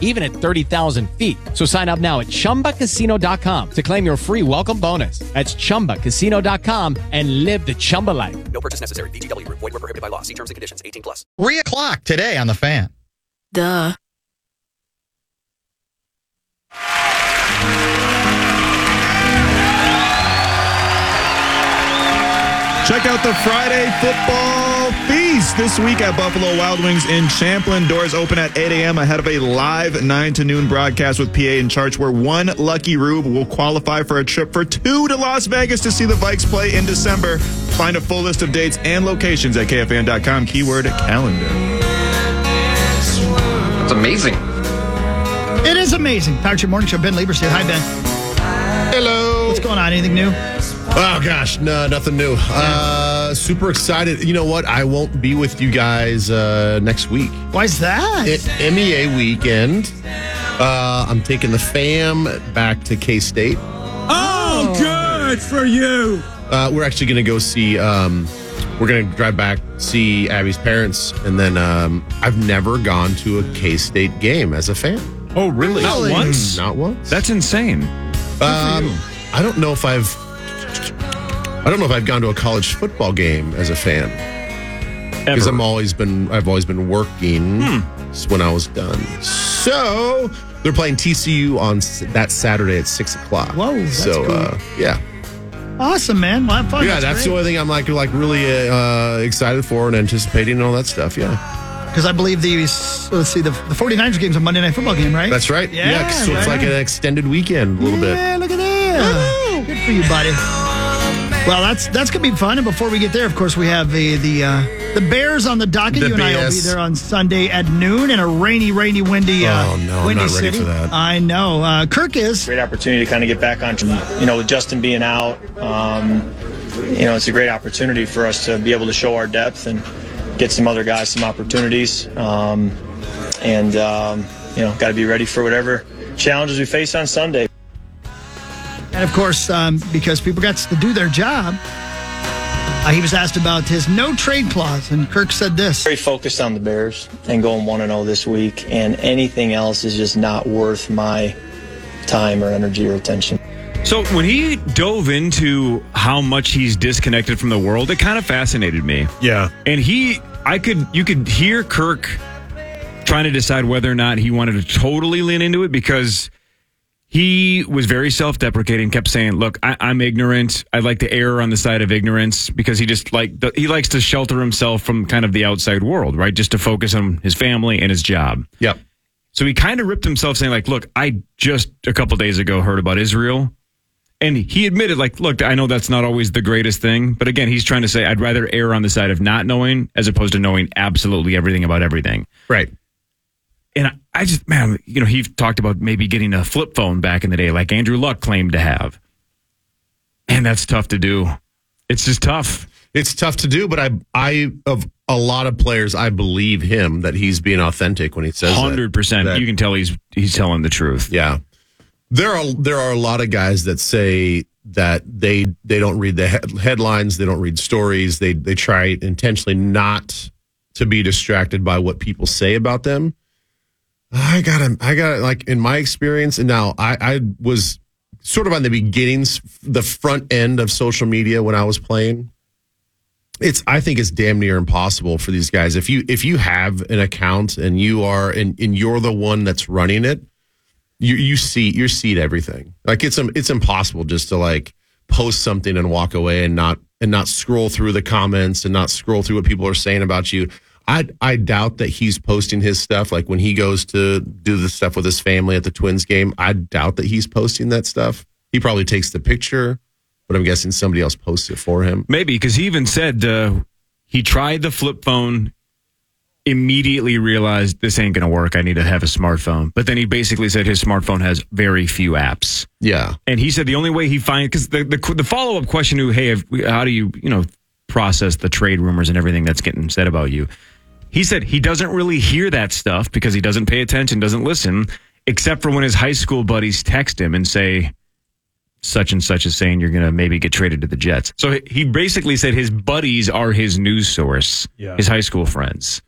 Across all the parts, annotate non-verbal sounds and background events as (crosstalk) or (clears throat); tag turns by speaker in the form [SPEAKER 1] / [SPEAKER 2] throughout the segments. [SPEAKER 1] even at 30,000 feet. So sign up now at chumbacasino.com to claim your free welcome bonus. That's chumbacasino.com and live the Chumba life.
[SPEAKER 2] No purchase necessary. VGW Group. Void were prohibited by law. See terms and conditions. 18 plus.
[SPEAKER 3] Three o'clock today on the fan.
[SPEAKER 4] Duh.
[SPEAKER 5] Check out the Friday Football Feast this week at Buffalo Wild Wings in Champlin. Doors open at 8 a.m. ahead of a live 9 to noon broadcast with PA in charge, where one lucky Rube will qualify for a trip for two to Las Vegas to see the Vikes play in December. Find a full list of dates and locations at KFN.com, keyword calendar.
[SPEAKER 6] It's amazing.
[SPEAKER 7] It is amazing. Pirate Ship Morning Show. Ben Lieber here. Hi, Ben.
[SPEAKER 8] Hello.
[SPEAKER 7] What's going on? Anything new?
[SPEAKER 8] (laughs) Oh gosh, no, nothing new. Uh, super excited. You know what? I won't be with you guys uh, next week.
[SPEAKER 7] Why is that?
[SPEAKER 8] It, MEA weekend. Uh, I'm taking the fam back to K State.
[SPEAKER 9] Oh, good for you.
[SPEAKER 8] Uh, we're actually going to go see. Um, we're going to drive back, see Abby's parents, and then um, I've never gone to a K State game as a fan. Hmm,
[SPEAKER 10] Oh, really? Not once?
[SPEAKER 8] Not once.
[SPEAKER 10] That's insane.
[SPEAKER 8] Um, I don't know if I've. I don't know if I've gone to a college football game as a fan because
[SPEAKER 10] Ever. Hmm.
[SPEAKER 8] I'm always been I've always been working s- when I was done. So they're playing TCU on s- that Saturday at six o'clock.
[SPEAKER 7] Whoa, that's
[SPEAKER 8] so
[SPEAKER 7] cool.
[SPEAKER 8] uh, yeah,
[SPEAKER 7] Awesome, man. Well, have fun.
[SPEAKER 8] yeah, that's the only thing I'm like like really uh, excited for and anticipating and all that stuff. Yeah,
[SPEAKER 7] Because I believe the, let's see, the, the 49ers game's a Monday Night Football game, right?
[SPEAKER 8] that's right.
[SPEAKER 7] Yeah,
[SPEAKER 8] 'cause so it's
[SPEAKER 7] right.
[SPEAKER 8] like an extended weekend a little bit.
[SPEAKER 7] Yeah, look at that. Good for you, buddy. Well, that's that's gonna be fun. And before we get there, of course, we have the the uh, the Bears on the docket.
[SPEAKER 8] The
[SPEAKER 7] you and I will be
[SPEAKER 8] BS.
[SPEAKER 7] there on Sunday at noon in a rainy, rainy, windy. Uh,
[SPEAKER 8] Oh, no, I'm
[SPEAKER 7] windy
[SPEAKER 8] not ready
[SPEAKER 7] city.
[SPEAKER 8] for that.
[SPEAKER 7] I know. Uh, Kirk is.
[SPEAKER 11] great opportunity to kind of get back on, you know, with Justin being out. Um, you know, it's a great opportunity for us to be able to show our depth and get some other guys some opportunities. Um, and, um, you know, got to be ready for whatever challenges we face on Sunday.
[SPEAKER 7] And of course, um, because people got to do their job, uh, he was asked about his no trade clause, and Kirk said this.
[SPEAKER 11] Very focused on the Bears and going 1 0 this week, and anything else is just not worth my time or energy or attention.
[SPEAKER 10] So when he dove into how much he's disconnected from the world, it kind of fascinated me.
[SPEAKER 8] Yeah,
[SPEAKER 10] And he, I could, you could hear Kirk trying to decide whether or not he wanted to totally lean into it because he was very self deprecating, kept saying, Look, I, I'm ignorant. I like to err on the side of ignorance because he just like, he likes to shelter himself from kind of the outside world, right? Just to focus on his family and his job.
[SPEAKER 8] yep.
[SPEAKER 10] So he kind of ripped himself saying like, look, I just a couple days ago heard about Israel. And he admitted like, look, I know that's not always the greatest thing, but again, he's trying to say I'd rather err on the side of not knowing as opposed to knowing absolutely everything about everything.
[SPEAKER 8] Right.
[SPEAKER 10] And I, I just man, you know, he talked about maybe getting a flip phone back in the day like Andrew Luck claimed to have. And that's tough to do. It's just tough.
[SPEAKER 8] It's tough to do, but I I of a lot of players, I believe him that he's being authentic when he says that.
[SPEAKER 10] 100%.
[SPEAKER 8] That-
[SPEAKER 10] you can tell he's he's telling the truth.
[SPEAKER 8] (laughs) Yeah. There are there are a lot of guys that say that they they don't read the head, headlines, they don't read stories, they they try intentionally not to be distracted by what people say about them. I got to I got to like in my experience and now I I was sort of on the beginnings the front end of social media when I was playing it's i think it's damn near impossible for these guys if you if you have an account and you are and, and you're the one that's running it you you see you see everything like it's um, it's impossible just to like post something and walk away and not and not scroll through the comments and not scroll through what people are saying about you i i doubt that he's posting his stuff like when he goes to do the stuff with his family at the twins game i doubt that he's posting that stuff he probably takes the picture but i'm guessing somebody else posts it for him
[SPEAKER 10] Maybe because he even said uh, he tried the flip phone, immediately realized this ain't gonna work. I need to have a smartphone. But then he basically said his smartphone has very few apps,
[SPEAKER 8] yeah
[SPEAKER 10] and he said the only way he find because the the, the follow up question to hey, have, how do you you know process the trade rumors and everything that's getting said about you? He said he doesn't really hear that stuff because he doesn't pay attention, doesn't listen, except for when his high school buddies text him and say, such and such is saying you're going to maybe get traded to the Jets. So he- he basically said his buddies are his news source, his high school friends.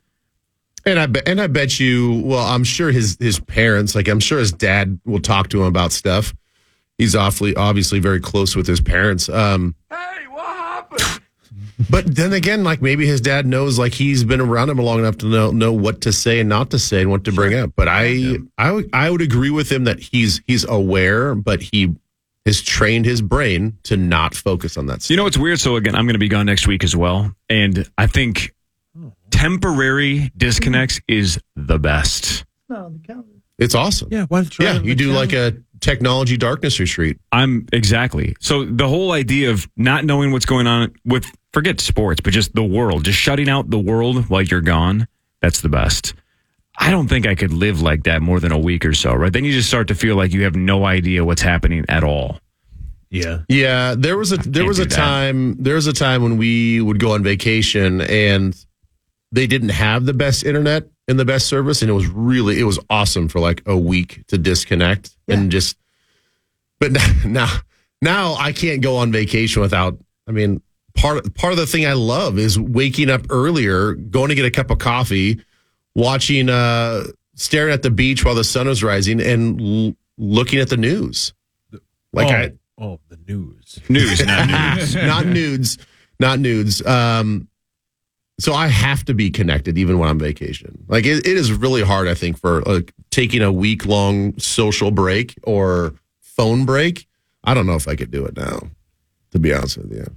[SPEAKER 8] And I be, and I bet you. Well, I'm sure his his parents, like I'm sure his dad, will talk to him about stuff. He's awfully obviously very close with his parents. Um, hey, what happened? But then again, like maybe his dad knows, like he's been around him long enough to know know what to say and not to say and what to bring up. But I I would I would agree with him that he's he's aware, but he has trained his brain to not focus on that. Stuff.
[SPEAKER 10] You know what's weird? So again, I'm going to be gone next week as well, and I think temporary disconnects is the best.
[SPEAKER 8] It's awesome.
[SPEAKER 9] Yeah, why don't you try
[SPEAKER 8] yeah,
[SPEAKER 9] it on
[SPEAKER 8] you
[SPEAKER 9] the
[SPEAKER 8] do
[SPEAKER 9] channel?
[SPEAKER 8] like a technology darkness retreat.
[SPEAKER 10] I'm exactly. So the whole idea of not knowing what's going on with forget sports, but just the world, just shutting out the world while you're gone, that's the best. I don't think I could live like that more than a week or so, right? Then you just start to feel like you have no idea what's happening at all.
[SPEAKER 9] Yeah.
[SPEAKER 8] Yeah, there was a there was
[SPEAKER 10] do
[SPEAKER 8] a
[SPEAKER 10] that.
[SPEAKER 8] time there was a time when we would go on vacation and they didn't have the best internet and the best service and it was really it was awesome for like a week to disconnect and just but (laughs) now- now now I can't go on vacation without I mean part part of the thing I love is waking up earlier, going to get a cup of coffee, watching uh staring at the beach while the sun is rising and l- looking at the news. Like
[SPEAKER 9] oh,
[SPEAKER 8] I
[SPEAKER 9] oh, the news.
[SPEAKER 10] News, not
[SPEAKER 4] (laughs)
[SPEAKER 10] news.
[SPEAKER 8] not nudes, not nudes. Um, so I have to be connected even when I'm vacation. Like it, it is really hard, I think, for like taking a week long social break or phone break. I don't know if I could do it now, to be honest with you.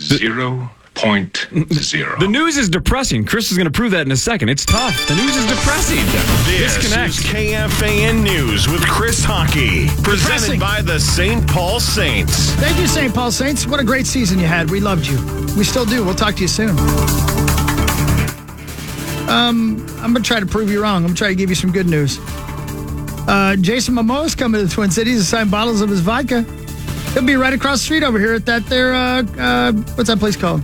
[SPEAKER 4] Zero point
[SPEAKER 10] (laughs)
[SPEAKER 4] zero.
[SPEAKER 10] The news is depressing. Chris is going to prove that in a second. It's tough. The news is depressing.
[SPEAKER 6] This
[SPEAKER 10] Disconnect.
[SPEAKER 6] is KFAN News with Chris Hockey, presented
[SPEAKER 7] Depressing.
[SPEAKER 6] by the St. Paul Saints.
[SPEAKER 7] Thank you, St. Paul Saints. What a great season you had. We loved you. We still do. We'll talk to you soon. Um, I'm going to try to prove you wrong. I'm going to try to give you some good news. Uh, Jason Momoa's coming to the Twin Cities to sign bottles of his vodka. He'll be right across the street over here at that there, uh, uh, what's that place called?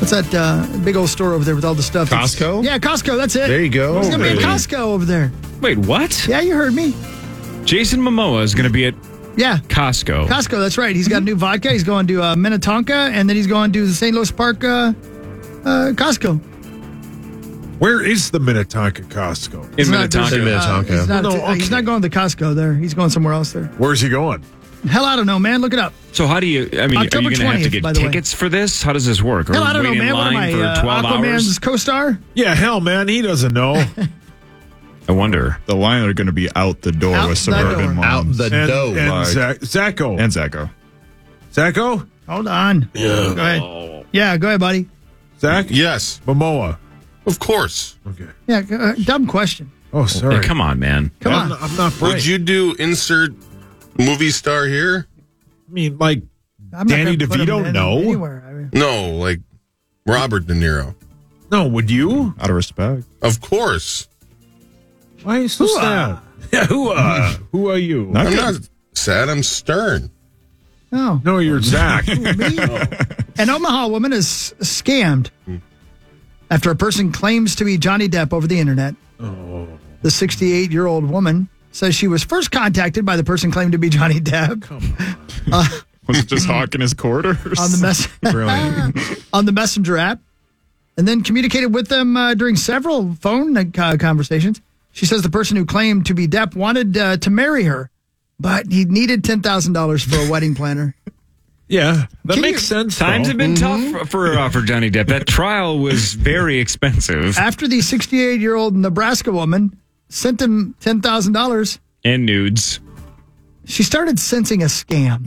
[SPEAKER 7] What's that uh, big old store over there with all the stuff? that's-
[SPEAKER 8] Costco?
[SPEAKER 7] Yeah, Costco. That's it.
[SPEAKER 8] There you go.
[SPEAKER 7] He's going to be at Costco over there.
[SPEAKER 10] Wait, what?
[SPEAKER 7] Yeah, you heard me.
[SPEAKER 10] Jason Momoa is going to be at
[SPEAKER 7] Yeah.
[SPEAKER 10] Costco.
[SPEAKER 7] Costco, that's right. He's
[SPEAKER 9] Mm-hmm.
[SPEAKER 7] got new vodka. He's going to uh, Minnetonka, and then he's going to the St. Louis Park uh, uh, Costco.
[SPEAKER 9] Where is the Minnetonka Costco?
[SPEAKER 10] in
[SPEAKER 7] He's not-
[SPEAKER 10] Minnetonka.
[SPEAKER 8] In Minnetonka.
[SPEAKER 7] He's not,
[SPEAKER 9] No,
[SPEAKER 7] uh, he's
[SPEAKER 9] okay.
[SPEAKER 7] not going to Costco there. He's going somewhere else there.
[SPEAKER 9] Where's he going?
[SPEAKER 7] Hell, I don't know, man. Look it up.
[SPEAKER 10] So how do you? I mean,
[SPEAKER 7] October
[SPEAKER 10] are you going to have
[SPEAKER 7] 20th,
[SPEAKER 10] to
[SPEAKER 7] by
[SPEAKER 10] get
[SPEAKER 7] the way.
[SPEAKER 10] tickets for this? How does this work? Or
[SPEAKER 7] Hell, I don't know,
[SPEAKER 10] wait in
[SPEAKER 7] man. What am
[SPEAKER 10] line
[SPEAKER 7] I,
[SPEAKER 10] for
[SPEAKER 7] uh,
[SPEAKER 10] twelve
[SPEAKER 7] Aquaman's
[SPEAKER 10] hours?
[SPEAKER 7] co-star?
[SPEAKER 9] Yeah, hell, man, he doesn't know.
[SPEAKER 10] I wonder.
[SPEAKER 5] The line are going to be out the door
[SPEAKER 7] Out
[SPEAKER 5] with
[SPEAKER 7] the door.
[SPEAKER 5] suburban moms.
[SPEAKER 8] Out the
[SPEAKER 9] and
[SPEAKER 8] dough.
[SPEAKER 9] and
[SPEAKER 8] Like-
[SPEAKER 9] Zac- Zacho.
[SPEAKER 5] Oh and oh, Zacho.
[SPEAKER 9] Zacho?
[SPEAKER 7] Hold on. Yeah. Go ahead. Yeah, go ahead, buddy.
[SPEAKER 9] Zach?
[SPEAKER 4] Yes,
[SPEAKER 9] Momoa.
[SPEAKER 4] of course.
[SPEAKER 9] Okay.
[SPEAKER 7] Yeah, go- uh, dumb question.
[SPEAKER 9] Oh, sorry.
[SPEAKER 10] Hey, come on, man.
[SPEAKER 7] Come
[SPEAKER 9] I'm,
[SPEAKER 7] on.
[SPEAKER 9] not- I'm not bright.
[SPEAKER 4] Would you do insert movie star here?
[SPEAKER 9] I mean, like,
[SPEAKER 7] I'm not
[SPEAKER 9] Danny
[SPEAKER 7] gonna put
[SPEAKER 9] DeVito?
[SPEAKER 7] him in
[SPEAKER 9] No.
[SPEAKER 7] Anywhere. I mean,
[SPEAKER 4] No, like Robert De Niro.
[SPEAKER 9] no, would you?
[SPEAKER 5] Out of respect.
[SPEAKER 4] Of course.
[SPEAKER 9] Why are you so sad? Yeah, who uh, who are you?
[SPEAKER 5] Not
[SPEAKER 4] I'm
[SPEAKER 5] good.
[SPEAKER 4] not sad. I'm stern.
[SPEAKER 7] no.
[SPEAKER 9] no, you're Zach.
[SPEAKER 7] Me? An Omaha woman is scammed after a person claims to be Johnny Depp over the internet. The 68 year old woman says she was first contacted by the person claiming to be Johnny Depp
[SPEAKER 5] (laughs) Was it just hawking his quarters?
[SPEAKER 7] on the, mess-
[SPEAKER 5] Brilliant.
[SPEAKER 7] (laughs) on the Messenger app and then communicated with them uh, during several phone uh, conversations. She says the person who claimed to be Depp wanted uh, to marry her, but he needed $10,000 for a wedding planner.
[SPEAKER 9] yeah, that
[SPEAKER 7] Can
[SPEAKER 9] makes
[SPEAKER 7] you-
[SPEAKER 9] sense.
[SPEAKER 10] Times
[SPEAKER 9] though.
[SPEAKER 10] have been
[SPEAKER 7] Mm-hmm.
[SPEAKER 10] tough for uh, for Johnny Depp. That trial was very
[SPEAKER 7] (laughs)
[SPEAKER 10] expensive
[SPEAKER 7] After the 68 year old Nebraska woman sent him $10,000.
[SPEAKER 10] and nudes.
[SPEAKER 7] She started sensing a scam,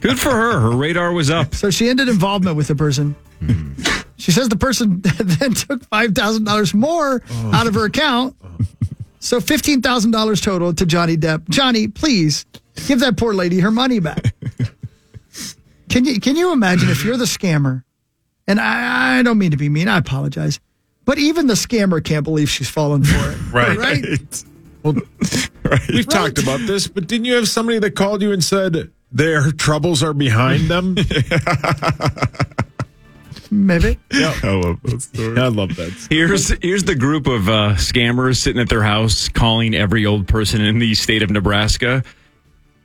[SPEAKER 10] Good for her. Her radar was up.
[SPEAKER 7] so she ended involvement with the person. She says the person (laughs) then took five thousand dollars more out of her account, so fifteen thousand dollars total to Johnny Depp. Johnny, please give that poor lady her money back. Can you can you imagine if you're the scammer? And I, I don't mean to be mean. I apologize, but even the scammer can't believe she's fallen for it.
[SPEAKER 5] Right.
[SPEAKER 9] We've talked about this, but didn't you have somebody that called you and said their troubles are behind them?
[SPEAKER 7] Maybe.
[SPEAKER 5] I love that story. I love that. Story.
[SPEAKER 10] Here's here's the group of uh, scammers sitting at their house calling every old person in the state of Nebraska.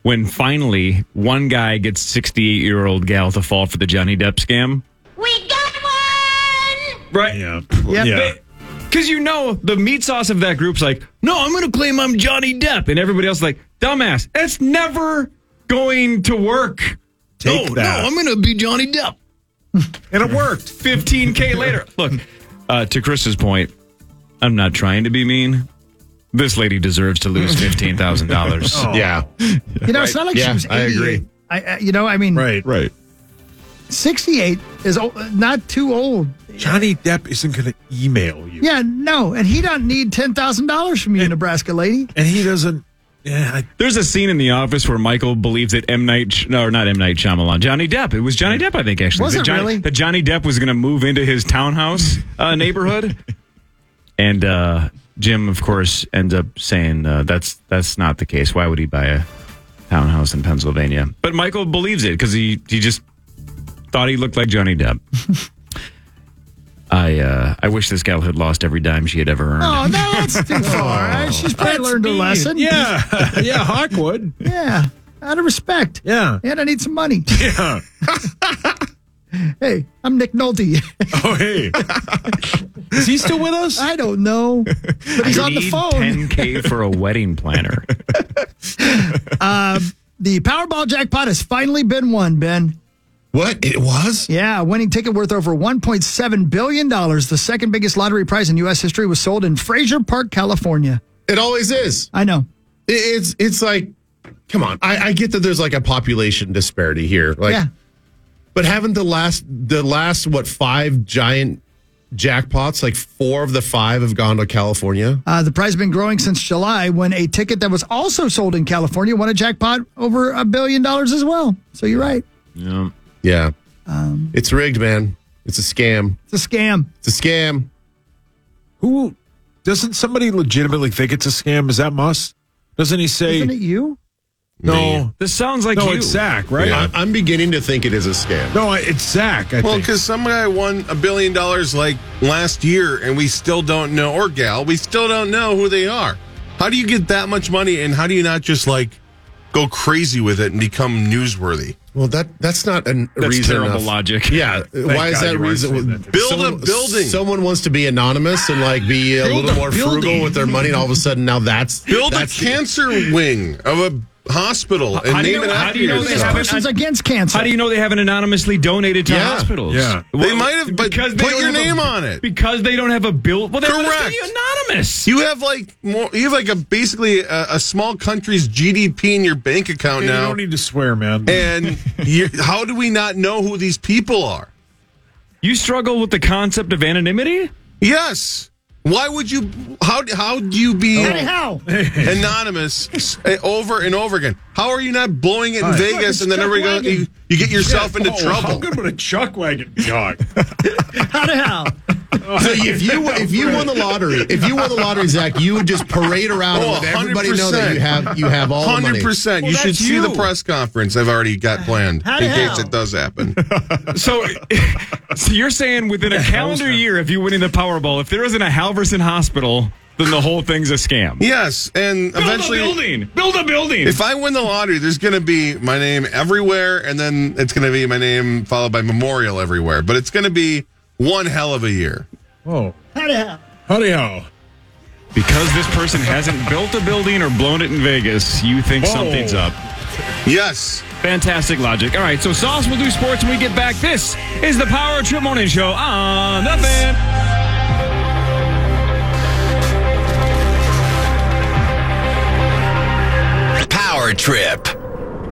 [SPEAKER 10] When finally one guy gets 68 year old gal to fall for the Johnny Depp scam.
[SPEAKER 12] We got one!
[SPEAKER 10] Right. Yeah. Because you know the meat sauce of that group's like, no, I'm going to claim I'm Johnny Depp, and everybody else is like, dumbass, that's never going to work.
[SPEAKER 9] Take
[SPEAKER 10] no,
[SPEAKER 9] that.
[SPEAKER 10] no, I'm going to be Johnny Depp, and it worked. (laughs) 15k later. Look, uh, to Chris's point, I'm not trying to be mean. This lady deserves to (laughs) lose fifteen thousand dollars.
[SPEAKER 8] Yeah.
[SPEAKER 7] You know, it's not like she was 88. I, I- you know, I mean,
[SPEAKER 5] Right. Right.
[SPEAKER 7] 68 is o- not too old.
[SPEAKER 9] Johnny Depp isn't going to email you,
[SPEAKER 7] Yeah, no. And he doesn't need $10,000 from you, Nebraska lady.
[SPEAKER 9] and he doesn't. Yeah, I,
[SPEAKER 10] There's a scene in The Office where Michael believes that M Night, Sh- no, not M Night Shyamalan, Johnny Depp. It was Johnny Depp, I think. Actually,
[SPEAKER 7] Was
[SPEAKER 10] that
[SPEAKER 7] it
[SPEAKER 10] Johnny,
[SPEAKER 7] really?
[SPEAKER 10] That Johnny Depp was going to move into his townhouse
[SPEAKER 7] (laughs)
[SPEAKER 10] uh, neighborhood, and uh, Jim, of course, ends up saying uh, that's that's not the case. Why would he buy a townhouse in Pennsylvania? But Michael believes it because he he just thought he looked like Johnny
[SPEAKER 7] (laughs)
[SPEAKER 10] Depp. I uh, I wish this gal had lost every dime she had ever earned.
[SPEAKER 7] Oh, no, that's too far. I- She's probably learned a lesson.
[SPEAKER 9] yeah, (laughs) yeah, Hawkwood.
[SPEAKER 7] Yeah. Out of respect. (laughs)
[SPEAKER 9] Yeah.
[SPEAKER 7] And I need some money.
[SPEAKER 9] Yeah.
[SPEAKER 7] (laughs) Hey, I'm Nick Nolte.
[SPEAKER 9] Oh, hey. (laughs) Is he still with us?
[SPEAKER 7] I don't know, but he's
[SPEAKER 10] I
[SPEAKER 7] on the
[SPEAKER 10] need
[SPEAKER 7] phone.
[SPEAKER 10] 10k for a wedding planner.
[SPEAKER 7] (laughs) The Powerball jackpot has finally been won, Ben.
[SPEAKER 8] What? It was?
[SPEAKER 7] Yeah, a winning ticket worth over $1.7 billion, the second biggest lottery prize in U.S. history, was sold in Fraser Park, California.
[SPEAKER 8] It always is.
[SPEAKER 7] I know.
[SPEAKER 8] It- It's it's like, come on. I, I get that there's like a population disparity here. Like
[SPEAKER 7] yeah.
[SPEAKER 8] But haven't the last the last what five giant jackpots? Like four of the five have gone to California.
[SPEAKER 7] Uh, the prize has been growing since July when a ticket that was also sold in California won a jackpot over a billion dollars as well. So you're right.
[SPEAKER 10] yeah.
[SPEAKER 8] Yeah,
[SPEAKER 7] um,
[SPEAKER 8] it's rigged, man. It's a scam.
[SPEAKER 7] It's a scam.
[SPEAKER 8] It's a scam.
[SPEAKER 9] Who doesn't somebody legitimately think it's a scam? Is that Muss? Doesn't he say
[SPEAKER 7] Isn't it you?
[SPEAKER 9] no?
[SPEAKER 10] This sounds like
[SPEAKER 9] No,
[SPEAKER 10] you.
[SPEAKER 9] it's Zach, right?
[SPEAKER 8] I- I'm beginning to think it is a scam.
[SPEAKER 9] No, I- it's Zach. I
[SPEAKER 4] Well,
[SPEAKER 9] think.
[SPEAKER 4] because some guy won a billion dollars like last year, and we still don't know, or gal, we still don't know who they are. How do you get that much money, and how do you not just like go crazy with it and become newsworthy?
[SPEAKER 8] Well, that that's not a
[SPEAKER 10] That's
[SPEAKER 8] reason.
[SPEAKER 10] terrible
[SPEAKER 8] enough.
[SPEAKER 10] logic.
[SPEAKER 8] Yeah, why is
[SPEAKER 9] God
[SPEAKER 8] that
[SPEAKER 9] you weren't saying
[SPEAKER 8] reason?
[SPEAKER 9] that.
[SPEAKER 4] Build a building.
[SPEAKER 8] Someone wants to be anonymous and like be a little more frugal with their money, and all of a sudden now that's
[SPEAKER 4] Build a
[SPEAKER 8] that's the-
[SPEAKER 4] cancer wing of a hospital and
[SPEAKER 10] how do you
[SPEAKER 4] name it
[SPEAKER 10] know- how
[SPEAKER 4] after
[SPEAKER 10] do you know they
[SPEAKER 7] This
[SPEAKER 4] yourself.
[SPEAKER 10] haven't-
[SPEAKER 7] person's against cancer.
[SPEAKER 10] How do you know they haven't anonymously donated to
[SPEAKER 8] Yeah.
[SPEAKER 10] hospitals?
[SPEAKER 9] Yeah.
[SPEAKER 4] They might have, but
[SPEAKER 10] because they
[SPEAKER 4] put
[SPEAKER 10] don't
[SPEAKER 4] your
[SPEAKER 10] have a-
[SPEAKER 4] name on it.
[SPEAKER 10] Because they don't have a bill. Well, they want us to be
[SPEAKER 4] Correct.
[SPEAKER 10] anonymous.
[SPEAKER 4] You have like more. You have like a basically a, a small country's GDP in your bank account
[SPEAKER 9] you
[SPEAKER 4] now.
[SPEAKER 9] don't need to swear, man.
[SPEAKER 4] (laughs) and you, how do we not know who these people are?
[SPEAKER 10] You struggle with the concept of anonymity?
[SPEAKER 4] Yes. Why would you? How how do you be
[SPEAKER 9] Oh,
[SPEAKER 7] Anyhow,
[SPEAKER 4] anonymous s- over and over again? How are you not blowing it in
[SPEAKER 9] Hi. Look,
[SPEAKER 4] Vegas
[SPEAKER 9] it's
[SPEAKER 4] and then
[SPEAKER 9] Chuck
[SPEAKER 4] every go,
[SPEAKER 9] Wagon.
[SPEAKER 4] you, you get yourself into
[SPEAKER 9] Oh, How
[SPEAKER 4] trouble?
[SPEAKER 9] good would a chuck wagon
[SPEAKER 4] (laughs)
[SPEAKER 9] be?
[SPEAKER 7] how the hell?
[SPEAKER 8] So uh, if you if you won the lottery, if you won the lottery, Zach, you would just parade around
[SPEAKER 4] Oh,
[SPEAKER 8] and let everybody know that you have you have all the money.
[SPEAKER 4] Hundred percent. You
[SPEAKER 10] Well,
[SPEAKER 4] should
[SPEAKER 10] that's
[SPEAKER 4] see the
[SPEAKER 10] you.
[SPEAKER 4] press conference I've already got planned
[SPEAKER 7] How the
[SPEAKER 4] in case
[SPEAKER 7] hell?
[SPEAKER 4] it
[SPEAKER 8] (laughs)
[SPEAKER 4] does happen.
[SPEAKER 10] So, (laughs) so you're saying within a calendar year, if you win in the Powerball, if there isn't a Halverson hospital, then the whole thing's a scam.
[SPEAKER 4] yes, and
[SPEAKER 10] Build
[SPEAKER 4] eventually.
[SPEAKER 10] a building. Build a building.
[SPEAKER 4] If I win the lottery, there's going to be my name everywhere, and then it's going to be my name followed by memorial everywhere. But it's going to be one hell of a year.
[SPEAKER 9] Oh,
[SPEAKER 7] How the hell?
[SPEAKER 9] howdy how.
[SPEAKER 10] because this person hasn't built a building or blown it in Vegas, you think
[SPEAKER 9] Whoa.
[SPEAKER 10] something's up.
[SPEAKER 4] Yes.
[SPEAKER 10] Fantastic logic. All right, so Sauce will do sports when we get back. This is the Power Trip Morning Show on the fan.
[SPEAKER 2] Power Trip.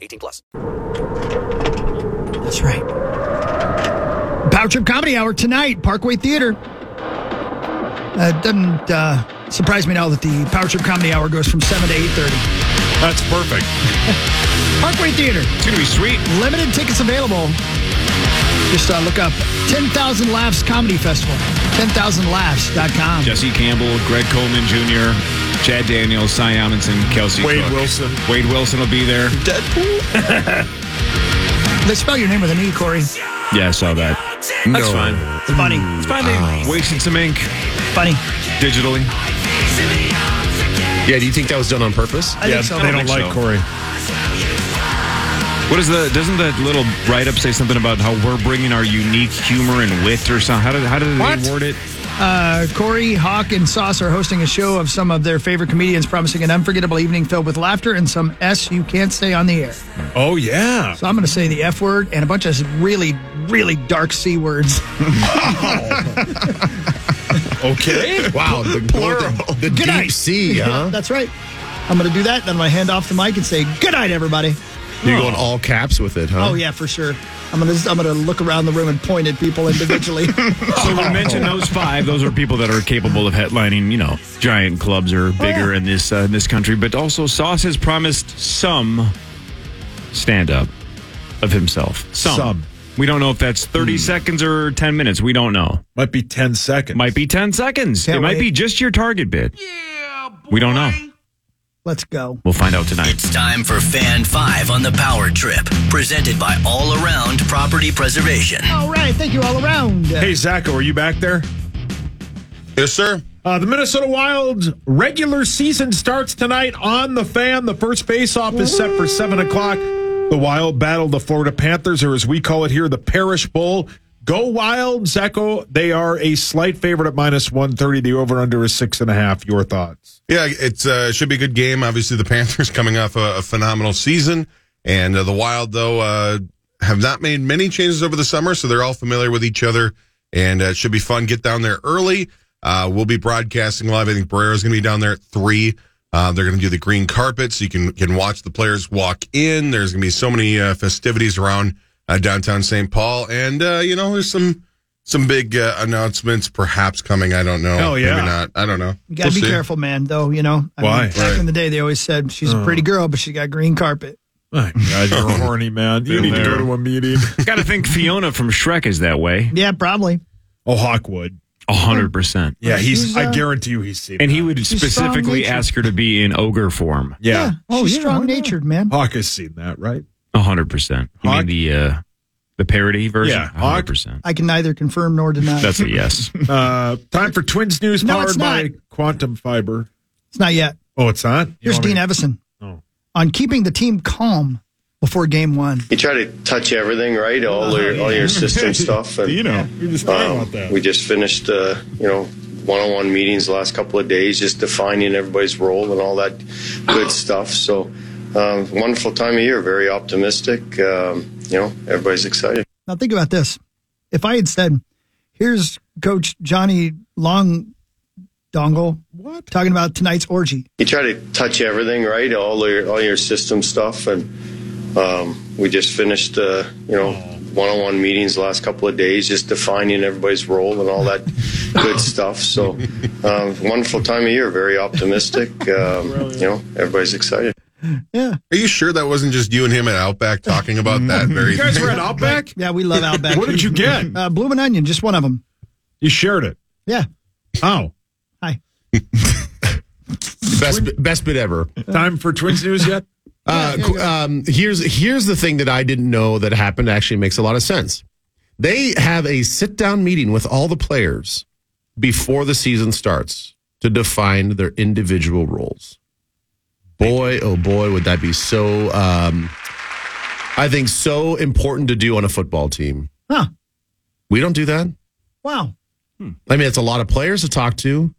[SPEAKER 2] 18 plus.
[SPEAKER 12] That's right.
[SPEAKER 7] Power Trip Comedy Hour tonight, Parkway Theater. Uh, it doesn't uh, surprise me now that the Power Trip Comedy Hour goes from 7 to 8.30.
[SPEAKER 6] That's perfect.
[SPEAKER 7] Parkway Theater.
[SPEAKER 10] It's going to be sweet.
[SPEAKER 7] Limited tickets available. Just uh, look up 10,000 Laughs Comedy Festival. 10,000laughs.com.
[SPEAKER 10] Jesse Campbell, Greg Coleman Jr., Chad Daniels, Cy Amundsen, Kelsey
[SPEAKER 9] Wade
[SPEAKER 10] Cook.
[SPEAKER 9] Wilson.
[SPEAKER 10] Wade Wilson will be there.
[SPEAKER 7] Deadpool? they spell your name with an E, Corey.
[SPEAKER 10] Yeah, I saw that. That's fine.
[SPEAKER 7] It's funny.
[SPEAKER 10] It's fine. They wasted some ink.
[SPEAKER 7] Oh. Funny.
[SPEAKER 10] Digitally.
[SPEAKER 8] Yeah, do you think that was done on purpose?
[SPEAKER 10] I think so. I don't think so. What is the? Doesn't that little write-up say something about how we're bringing our unique humor and wit or something? How did how did
[SPEAKER 7] What?
[SPEAKER 10] they word it?
[SPEAKER 7] Uh, Corey, Hawk, and Sauce are hosting a show of some of their favorite comedians, promising an unforgettable evening filled with laughter and some S you can't say on the air.
[SPEAKER 9] Oh yeah.
[SPEAKER 7] So I'm going to say the F word and a bunch of really, really dark C words.
[SPEAKER 8] Okay. wow. The, the, the
[SPEAKER 7] good
[SPEAKER 8] deep
[SPEAKER 7] night.
[SPEAKER 8] sea,
[SPEAKER 7] (laughs)
[SPEAKER 8] huh?
[SPEAKER 9] (laughs)
[SPEAKER 7] That's right. I'm going to do that. Then I'm going to hand off the mic and say good night, everybody.
[SPEAKER 8] You're going all caps with it, huh?
[SPEAKER 7] Oh yeah, for sure. I'm going to I'm going to look around the room and point at people individually.
[SPEAKER 10] So we mentioned those five. Those are people that are capable of headlining, you know, giant clubs or bigger in this uh, in this country. But also, Sauce has promised some stand-up of himself. Some.
[SPEAKER 9] Some.
[SPEAKER 10] We don't know if that's 30 seconds or 10 minutes. We don't know.
[SPEAKER 9] Might be 10 seconds.
[SPEAKER 10] Might be 10 seconds.
[SPEAKER 7] Can't
[SPEAKER 10] it might
[SPEAKER 7] wait.
[SPEAKER 10] be just your target bid. Yeah. We don't know.
[SPEAKER 7] Let's go.
[SPEAKER 10] We'll find out tonight.
[SPEAKER 13] (laughs)
[SPEAKER 2] It's time for Fan 5 on the Power Trip, presented by All Around Property Preservation.
[SPEAKER 7] All right, thank you all around.
[SPEAKER 9] Hey, Zacho, are you back there?
[SPEAKER 4] Yes, sir.
[SPEAKER 9] Uh, the Minnesota Wild's regular season starts tonight on the fan. The first faceoff is set for 7 o'clock. The Wild battle the Florida Panthers, or as we call it here, the Parish Bowl. Go Wild, Zacho. They are a slight favorite at minus 130. The over under is 6.5. Your thoughts?
[SPEAKER 4] Yeah, it's uh, should be a good game. Obviously, the Panthers coming off a, a phenomenal season, and uh, the Wild though uh, have not made many changes over the summer, so they're all familiar with each other, and uh, it should be fun. Get down there early. Uh, we'll be broadcasting live. I think Barrera's going to be down there at three. Uh, they're going to do the green carpet, so you can can watch the players walk in. There's going to be so many uh, festivities around uh, downtown St. Paul, and uh, you know there's some some big uh, announcements perhaps coming. I don't know.
[SPEAKER 9] Hell yeah.
[SPEAKER 4] Maybe not. I don't know.
[SPEAKER 7] Oh, You gotta
[SPEAKER 4] We'll
[SPEAKER 7] be
[SPEAKER 4] see.
[SPEAKER 7] careful, man. Though you know, I
[SPEAKER 9] Why?
[SPEAKER 7] Mean, back
[SPEAKER 4] Right.
[SPEAKER 7] in the day, they always said she's a
[SPEAKER 9] Oh.
[SPEAKER 7] pretty girl, but she got green carpet.
[SPEAKER 9] My God, you're (laughs) horny, man. You
[SPEAKER 10] Been
[SPEAKER 9] need to
[SPEAKER 10] there.
[SPEAKER 9] go to a meeting.
[SPEAKER 10] Got to think Fiona from Shrek is that way.
[SPEAKER 7] Yeah, probably.
[SPEAKER 9] Oh, Hawkwood.
[SPEAKER 10] A hundred percent.
[SPEAKER 9] Yeah, he's.
[SPEAKER 7] She's,
[SPEAKER 9] I
[SPEAKER 7] uh,
[SPEAKER 9] guarantee you, he's seen.
[SPEAKER 10] And
[SPEAKER 9] that.
[SPEAKER 10] he would
[SPEAKER 7] She's
[SPEAKER 10] specifically
[SPEAKER 7] strong-natured.
[SPEAKER 10] ask her to be in ogre form.
[SPEAKER 9] Yeah.
[SPEAKER 7] Oh, she's strong natured, man.
[SPEAKER 9] Hawk has seen that, right?
[SPEAKER 10] A hundred percent. You
[SPEAKER 9] Hawk-
[SPEAKER 10] mean the uh, the parody version?
[SPEAKER 9] Yeah,
[SPEAKER 10] A
[SPEAKER 9] Hawk-
[SPEAKER 10] hundred percent.
[SPEAKER 7] I can neither confirm nor deny.
[SPEAKER 10] That's
[SPEAKER 9] (laughs)
[SPEAKER 10] a yes.
[SPEAKER 9] Uh, time for Twins News
[SPEAKER 7] No,
[SPEAKER 9] powered
[SPEAKER 7] it's
[SPEAKER 9] by
[SPEAKER 7] not.
[SPEAKER 9] Quantum Fiber.
[SPEAKER 7] it's not yet.
[SPEAKER 9] Oh, it's not? You
[SPEAKER 7] Here's
[SPEAKER 9] want me-
[SPEAKER 7] Dean Evison
[SPEAKER 9] Oh.
[SPEAKER 7] on keeping the team calm before game one.
[SPEAKER 13] You try to touch everything, right? All your all your
[SPEAKER 14] (laughs)
[SPEAKER 13] system stuff. And,
[SPEAKER 9] you know, we just talking
[SPEAKER 13] um,
[SPEAKER 9] about that.
[SPEAKER 13] we just finished, uh, you know, one-on-one meetings the last couple of days, just defining everybody's role and all that good stuff. So, um, wonderful time of year. Very optimistic. Um, you know, everybody's excited.
[SPEAKER 7] Now think about this. If I had said, "Here's Coach Johnny Long Dongle," what talking about tonight's orgy?
[SPEAKER 13] You try to touch everything, right? All your all your system stuff, and um, we just finished, uh, you know, one-on-one meetings the last couple of days, just defining everybody's role and all that good stuff. So, um, wonderful time of year. Very optimistic. Um, you know, everybody's excited.
[SPEAKER 7] Yeah,
[SPEAKER 4] Are you sure that wasn't just you and him at Outback talking
[SPEAKER 9] (laughs)
[SPEAKER 4] about that very
[SPEAKER 9] You guys
[SPEAKER 8] (laughs)
[SPEAKER 9] were at Outback?
[SPEAKER 7] yeah, we love Outback.
[SPEAKER 9] What did you get?
[SPEAKER 7] Uh, Bloomin' Onion, just one of them.
[SPEAKER 9] You shared it.
[SPEAKER 7] Yeah.
[SPEAKER 9] How?
[SPEAKER 7] Hi.
[SPEAKER 8] Best, best bit ever.
[SPEAKER 9] Time for Twins
[SPEAKER 10] (laughs)
[SPEAKER 9] News yet?
[SPEAKER 8] Uh, qu- um, here's here's the thing that I didn't know that happened. Actually, makes a lot of sense. They have a sit down meeting with all the players before the season starts to define their individual roles. Boy, oh boy, would that be so? Um, I think so important to do on a football team.
[SPEAKER 7] Huh.
[SPEAKER 8] We don't do that.
[SPEAKER 7] Wow.
[SPEAKER 8] I mean, it's a lot of players to talk to,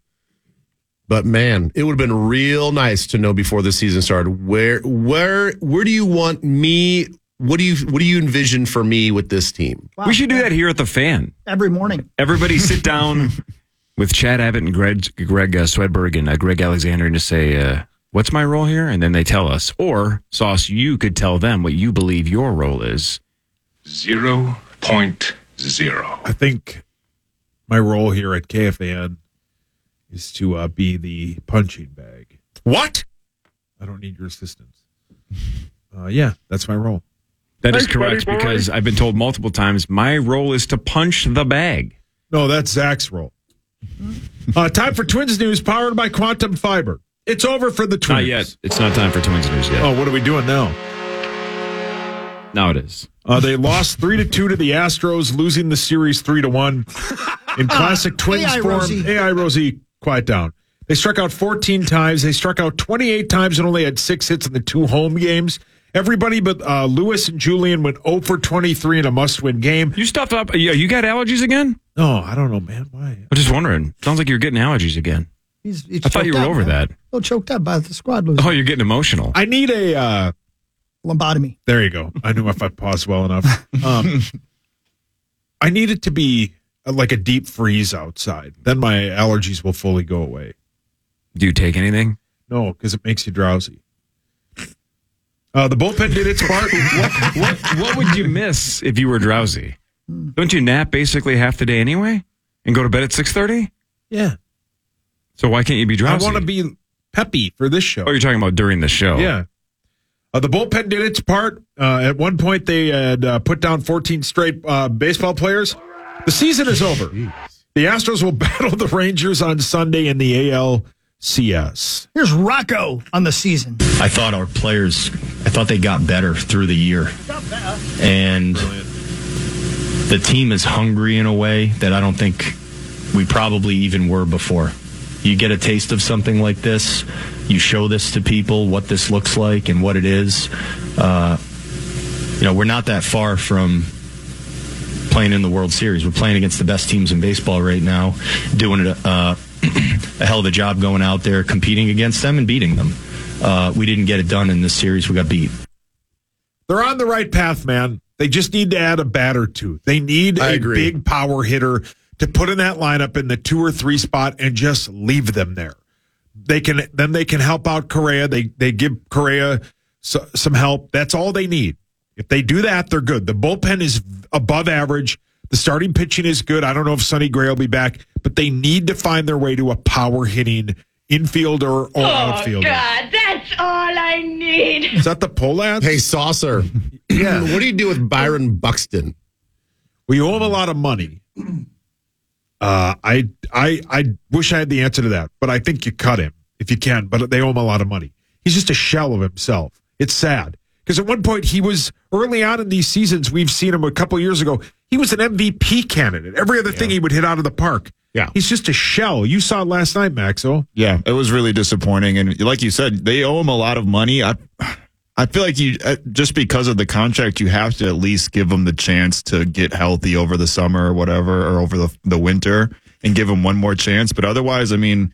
[SPEAKER 8] but man, it would have been real nice to know before the season started where where where do you want me? What do you what do you envision for me with this team?
[SPEAKER 7] Wow.
[SPEAKER 10] We should do that here at the fan.
[SPEAKER 7] every morning.
[SPEAKER 10] Everybody
[SPEAKER 9] (laughs)
[SPEAKER 10] sit down with Chad Abbott and Greg Greg uh, Swedberg and uh, Greg Alexander and just say, uh, "What's my role here?" And then they tell us. Or Sauce, you could tell them what you believe your role is.
[SPEAKER 15] Zero point
[SPEAKER 6] zero.
[SPEAKER 9] I think my role here at KFAN is to uh, be the punching bag.
[SPEAKER 6] What?
[SPEAKER 9] I don't need your assistance. Uh, yeah, that's my role.
[SPEAKER 10] That is correct because I've been told multiple times my role is to punch the bag.
[SPEAKER 9] No, that's Zach's role.
[SPEAKER 7] Mm-hmm.
[SPEAKER 9] Uh, time for Twins News powered by Quantum Fiber. It's over for the Twins.
[SPEAKER 10] Not yet. It's not time for Twins News yet.
[SPEAKER 9] Oh, what are we doing now?
[SPEAKER 10] Now it is.
[SPEAKER 9] Uh, they lost three to two to the Astros, losing the series three to one. In classic Twins
[SPEAKER 7] AI
[SPEAKER 9] form,
[SPEAKER 7] Rosie.
[SPEAKER 9] AI Rosie, quiet down. They struck out 14 times. They struck out 28 times and only had six hits in the two home games. Everybody but uh, Lewis and Julian went 0 for 23 in a must-win game.
[SPEAKER 10] You stuffed up. You, you got allergies again?
[SPEAKER 9] No, I don't know, man. Why?
[SPEAKER 10] I'm just wondering. Sounds like you're getting allergies again.
[SPEAKER 7] He's, he's
[SPEAKER 10] I thought you
[SPEAKER 7] choked
[SPEAKER 10] were
[SPEAKER 7] up,
[SPEAKER 10] over
[SPEAKER 7] man.
[SPEAKER 10] that.
[SPEAKER 7] A little choked up by the squad losing.
[SPEAKER 10] Oh, you're getting emotional.
[SPEAKER 9] I need a. Uh,
[SPEAKER 10] Oh.
[SPEAKER 7] Lobotomy.
[SPEAKER 9] There you go. I knew if I paused well enough. Um, I need it to be uh, like a deep freeze outside. Then my allergies will fully go away.
[SPEAKER 10] Do you take anything?
[SPEAKER 9] No, because it makes you drowsy. Uh, the bullpen did its
[SPEAKER 10] (laughs)
[SPEAKER 9] part.
[SPEAKER 10] What, what, what would you miss if you were drowsy? Don't you nap basically half the day anyway and go to bed at 6.30?
[SPEAKER 9] yeah.
[SPEAKER 10] So why can't you be
[SPEAKER 9] I
[SPEAKER 10] drowsy?
[SPEAKER 9] want to be peppy for this show.
[SPEAKER 10] Oh, you're talking about during the show.
[SPEAKER 9] Yeah. Uh, the bullpen did its part. Uh, at one point, they had uh, put down 14 straight uh, baseball players. The season is over. The Astros will (laughs) battle the Rangers on Sunday in the ALCS.
[SPEAKER 7] Here's Rocco on the season.
[SPEAKER 15] I thought our players, I thought they got better through the year. And the team is hungry in a way that I don't think we probably even were before. You get a taste of something like this, you show this to people, what this looks like and what it is. (clears throat) Uh, you know, we're not that far from playing in the World Series. We're playing against the best teams in baseball right now, doing it, uh, a hell of a job going out there, competing against them and beating them. Uh, we didn't get it done in this series. We got beat.
[SPEAKER 9] They're on the right path, man. They just need to add a bat or two. They need
[SPEAKER 8] I
[SPEAKER 9] a
[SPEAKER 8] agree.
[SPEAKER 9] big power hitter to put in that lineup in the two or three spot and just leave them there. They can then they can help out Correa. They they give Correa so, some help. That's all they need. If they do that, they're good. The bullpen is above average. The starting pitching is good. I don't know if Sonny Gray will be back, but they need to find their way to a power hitting infielder or outfielder.
[SPEAKER 12] that's all I need.
[SPEAKER 9] Is that the pole ads?
[SPEAKER 8] Hey, (clears throat) Saucer.
[SPEAKER 9] Yeah.
[SPEAKER 8] What do you do with Byron Buxton?
[SPEAKER 9] Well, you owe him a lot of money. Uh, I I I wish I had the answer to that, but I think you cut him if you can. But they owe him a lot of money. He's just a shell of himself. It's sad because at one point he was early on in these seasons. We've seen him a couple years ago. He was an MVP candidate. Every other thing he would hit out of the park.
[SPEAKER 14] Yeah.
[SPEAKER 9] he's just a shell. You saw it last night, Maxo.
[SPEAKER 14] Yeah, it was really disappointing, and like you said, they owe him a lot of money. I, I feel like you uh, just because of the contract, you have to at least give him the chance to get healthy over the summer or whatever, or over the the winter, and give him one more chance. But otherwise, I mean,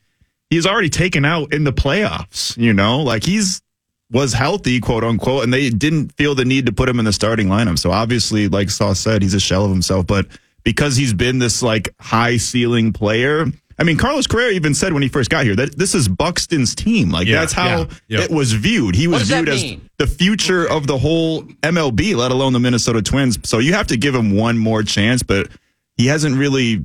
[SPEAKER 14] he's already taken out in the playoffs. You know, like he's was healthy, quote unquote, and they didn't feel the need to put him in the starting lineup. So obviously, like Saw said, he's a shell of himself. But because he's been this like high ceiling player, I mean, Carlos Correa even said when he first got here that this is Buxton's team. Like
[SPEAKER 9] Yeah,
[SPEAKER 14] that's how
[SPEAKER 9] yeah, yeah.
[SPEAKER 14] it was viewed. He
[SPEAKER 9] What does
[SPEAKER 14] was
[SPEAKER 9] that
[SPEAKER 14] viewed as
[SPEAKER 9] mean?
[SPEAKER 14] the future of the whole MLB, let alone the Minnesota Twins. So you have to give him one more chance, but he hasn't really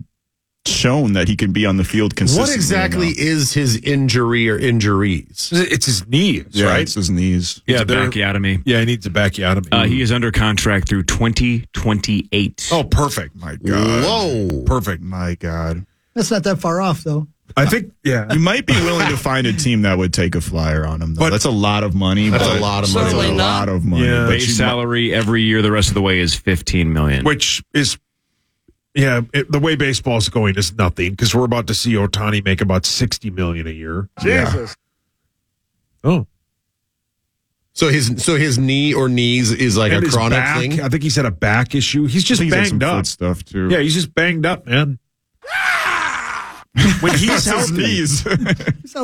[SPEAKER 14] shown that he can be on the field consistently.
[SPEAKER 8] What exactly
[SPEAKER 14] enough.
[SPEAKER 8] is his injury or injuries?
[SPEAKER 9] It's his knees,
[SPEAKER 14] Yeah,
[SPEAKER 8] right?
[SPEAKER 14] it's his knees.
[SPEAKER 10] Yeah,
[SPEAKER 9] they're-
[SPEAKER 10] bacchiotomy.
[SPEAKER 9] Yeah, he needs a bacchiotomy.
[SPEAKER 10] Uh, he is under contract through 2028.
[SPEAKER 9] oh, perfect.
[SPEAKER 14] My God.
[SPEAKER 8] Whoa.
[SPEAKER 9] Perfect.
[SPEAKER 14] My God.
[SPEAKER 7] That's not that far off, though.
[SPEAKER 9] I think. Yeah.
[SPEAKER 14] You might be willing to find a team that would take a flyer on him. Though.
[SPEAKER 9] But-
[SPEAKER 14] that's a lot of money.
[SPEAKER 8] That's
[SPEAKER 14] but-
[SPEAKER 8] a lot of money.
[SPEAKER 14] That's a
[SPEAKER 8] Certainly
[SPEAKER 14] lot of money.
[SPEAKER 9] Yeah.
[SPEAKER 14] but you
[SPEAKER 10] Base
[SPEAKER 14] might-
[SPEAKER 10] salary every year the rest of the way is 15 million.
[SPEAKER 9] which is yeah it, the way baseball's going is nothing because we're about to see otani make about 60 million a year
[SPEAKER 14] Jesus.
[SPEAKER 9] oh
[SPEAKER 8] So his so his knee or knees is like
[SPEAKER 9] And
[SPEAKER 8] a
[SPEAKER 9] his
[SPEAKER 8] chronic
[SPEAKER 9] back,
[SPEAKER 8] thing.
[SPEAKER 9] i think he's had a back issue he's just
[SPEAKER 14] He's had some
[SPEAKER 9] banged up
[SPEAKER 14] foot stuff too.
[SPEAKER 9] yeah he's just banged up man when he's
[SPEAKER 14] His
[SPEAKER 9] healthy
[SPEAKER 14] knees.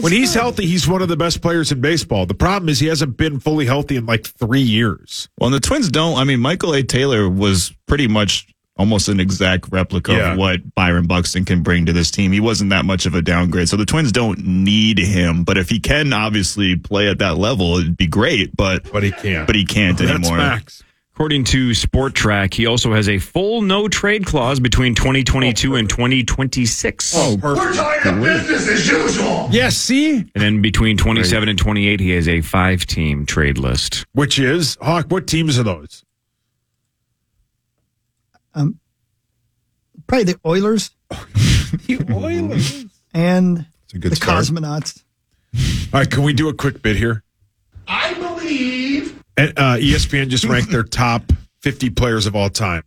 [SPEAKER 9] when he's healthy he's one of the best players in baseball the problem is he hasn't been fully healthy in like three years
[SPEAKER 14] well, and the Twins don't. I mean, Michael A. Taylor was pretty much almost an exact replica
[SPEAKER 9] Yeah.
[SPEAKER 14] of what Byron Buxton can bring to this team. He wasn't that much of a downgrade, so the Twins don't need him. But if he can obviously play at that level, it'd be great. But
[SPEAKER 9] but he can't
[SPEAKER 14] but he can't
[SPEAKER 9] that's
[SPEAKER 14] anymore.
[SPEAKER 9] max
[SPEAKER 10] According to Sport Track, he also has a full no trade clause between 2022 and 2026.
[SPEAKER 12] Oh, We're tired of business as usual.
[SPEAKER 10] Yes, see? And then between 27 and 28, he has a five team trade list.
[SPEAKER 9] Which is, Hawk, what teams are those?
[SPEAKER 7] Um, probably the Oilers.
[SPEAKER 9] (laughs) the Oilers.
[SPEAKER 7] And
[SPEAKER 9] a good
[SPEAKER 7] the
[SPEAKER 9] start.
[SPEAKER 7] Cosmonauts.
[SPEAKER 9] All right, can we do a quick bit here?
[SPEAKER 12] I believe.
[SPEAKER 9] And, uh, ESPN just
[SPEAKER 12] (laughs)
[SPEAKER 9] ranked their top 50 players of all time.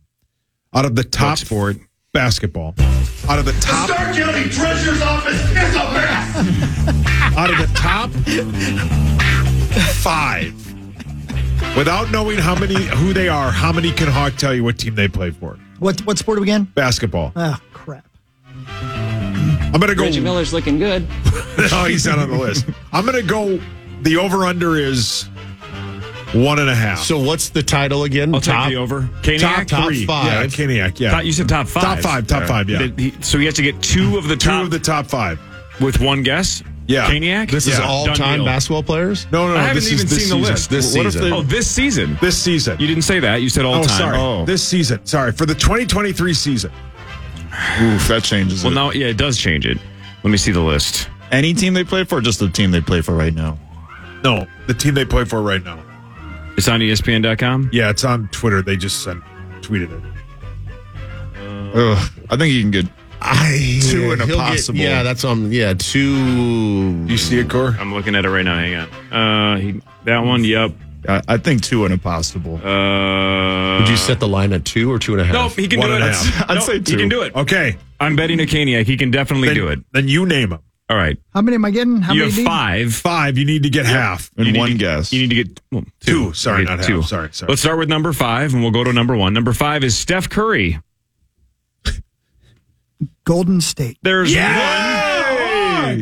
[SPEAKER 9] Out of the top four, basketball. Out of the
[SPEAKER 12] The
[SPEAKER 9] top,
[SPEAKER 12] Stark County Treasurer's Office is a mess.
[SPEAKER 9] (laughs) out of the top five, without knowing how many who they are, how many can Hawk tell you what team they play for?
[SPEAKER 7] What what sport again?
[SPEAKER 9] Basketball.
[SPEAKER 7] Oh, crap.
[SPEAKER 9] I'm gonna go.
[SPEAKER 16] Reggie Miller's looking good.
[SPEAKER 9] (laughs) no, he's not on the list. I'm gonna go. The over under is one and a half.
[SPEAKER 8] So what's the title again?
[SPEAKER 10] I'll take the over. Kaniak?
[SPEAKER 8] Top, top
[SPEAKER 10] Three.
[SPEAKER 8] five.
[SPEAKER 9] Yeah, Kaniak. Yeah,
[SPEAKER 10] Top- you said top five.
[SPEAKER 9] Top five. Top five. Yeah.
[SPEAKER 10] Did he- so he has to get two of the top. Two of the
[SPEAKER 9] top five.
[SPEAKER 10] With one guess?
[SPEAKER 9] Yeah.
[SPEAKER 10] Kaniak?
[SPEAKER 8] This is
[SPEAKER 10] Yeah.
[SPEAKER 8] all
[SPEAKER 10] Done
[SPEAKER 8] time
[SPEAKER 10] deal.
[SPEAKER 8] basketball players?
[SPEAKER 9] No, no, no.
[SPEAKER 10] I haven't
[SPEAKER 9] Oh, this is
[SPEAKER 10] even
[SPEAKER 9] this
[SPEAKER 10] seen the
[SPEAKER 9] season.
[SPEAKER 10] list.
[SPEAKER 9] This
[SPEAKER 10] What if
[SPEAKER 9] season.
[SPEAKER 10] they- oh, this season.
[SPEAKER 9] This season.
[SPEAKER 10] You didn't say that. You said all
[SPEAKER 9] oh,
[SPEAKER 10] time.
[SPEAKER 9] sorry. This season. Sorry for the 2023 season.
[SPEAKER 14] Oof, that changes
[SPEAKER 10] Well,
[SPEAKER 14] it.
[SPEAKER 10] now, yeah, it does change it. Let me see the list.
[SPEAKER 14] Any team they play for, or just the team they play for right now.
[SPEAKER 9] No, the team they play for right now.
[SPEAKER 10] It's on E ESPN.com.
[SPEAKER 9] Yeah, it's on Twitter. They just sent, tweeted it.
[SPEAKER 14] Ugh, I think you can get
[SPEAKER 8] I,
[SPEAKER 14] two and a
[SPEAKER 8] he'll get-
[SPEAKER 14] possible.
[SPEAKER 8] yeah, that's um. Yeah, two.
[SPEAKER 9] You see it, Core?
[SPEAKER 10] I'm looking at it right now. Hang on. Uh, he, that one. Yep.
[SPEAKER 14] I, I think two and a possible.
[SPEAKER 10] Uh,
[SPEAKER 8] Would you set the line at two or two and a half?
[SPEAKER 10] Nope, he can
[SPEAKER 8] One
[SPEAKER 10] do it.
[SPEAKER 8] and a
[SPEAKER 10] That's-
[SPEAKER 8] half.
[SPEAKER 10] (laughs) nope, He can do it.
[SPEAKER 9] Okay.
[SPEAKER 10] I'm betting a Kaniak. He can definitely do it.
[SPEAKER 9] Then you name him.
[SPEAKER 10] All right.
[SPEAKER 7] How many am I getting? How
[SPEAKER 10] you
[SPEAKER 7] many
[SPEAKER 10] have
[SPEAKER 7] do you-
[SPEAKER 10] five.
[SPEAKER 9] Five. You need to get half.
[SPEAKER 10] You need to-
[SPEAKER 14] guess.
[SPEAKER 10] You need to get well,
[SPEAKER 9] Two. Sorry,
[SPEAKER 10] You
[SPEAKER 9] not
[SPEAKER 10] need
[SPEAKER 9] half.
[SPEAKER 10] two.
[SPEAKER 9] Sorry, sorry.
[SPEAKER 10] Let's start with number five, and we'll go to number one. Number five is Steph Curry.
[SPEAKER 7] Golden State.
[SPEAKER 10] There's one.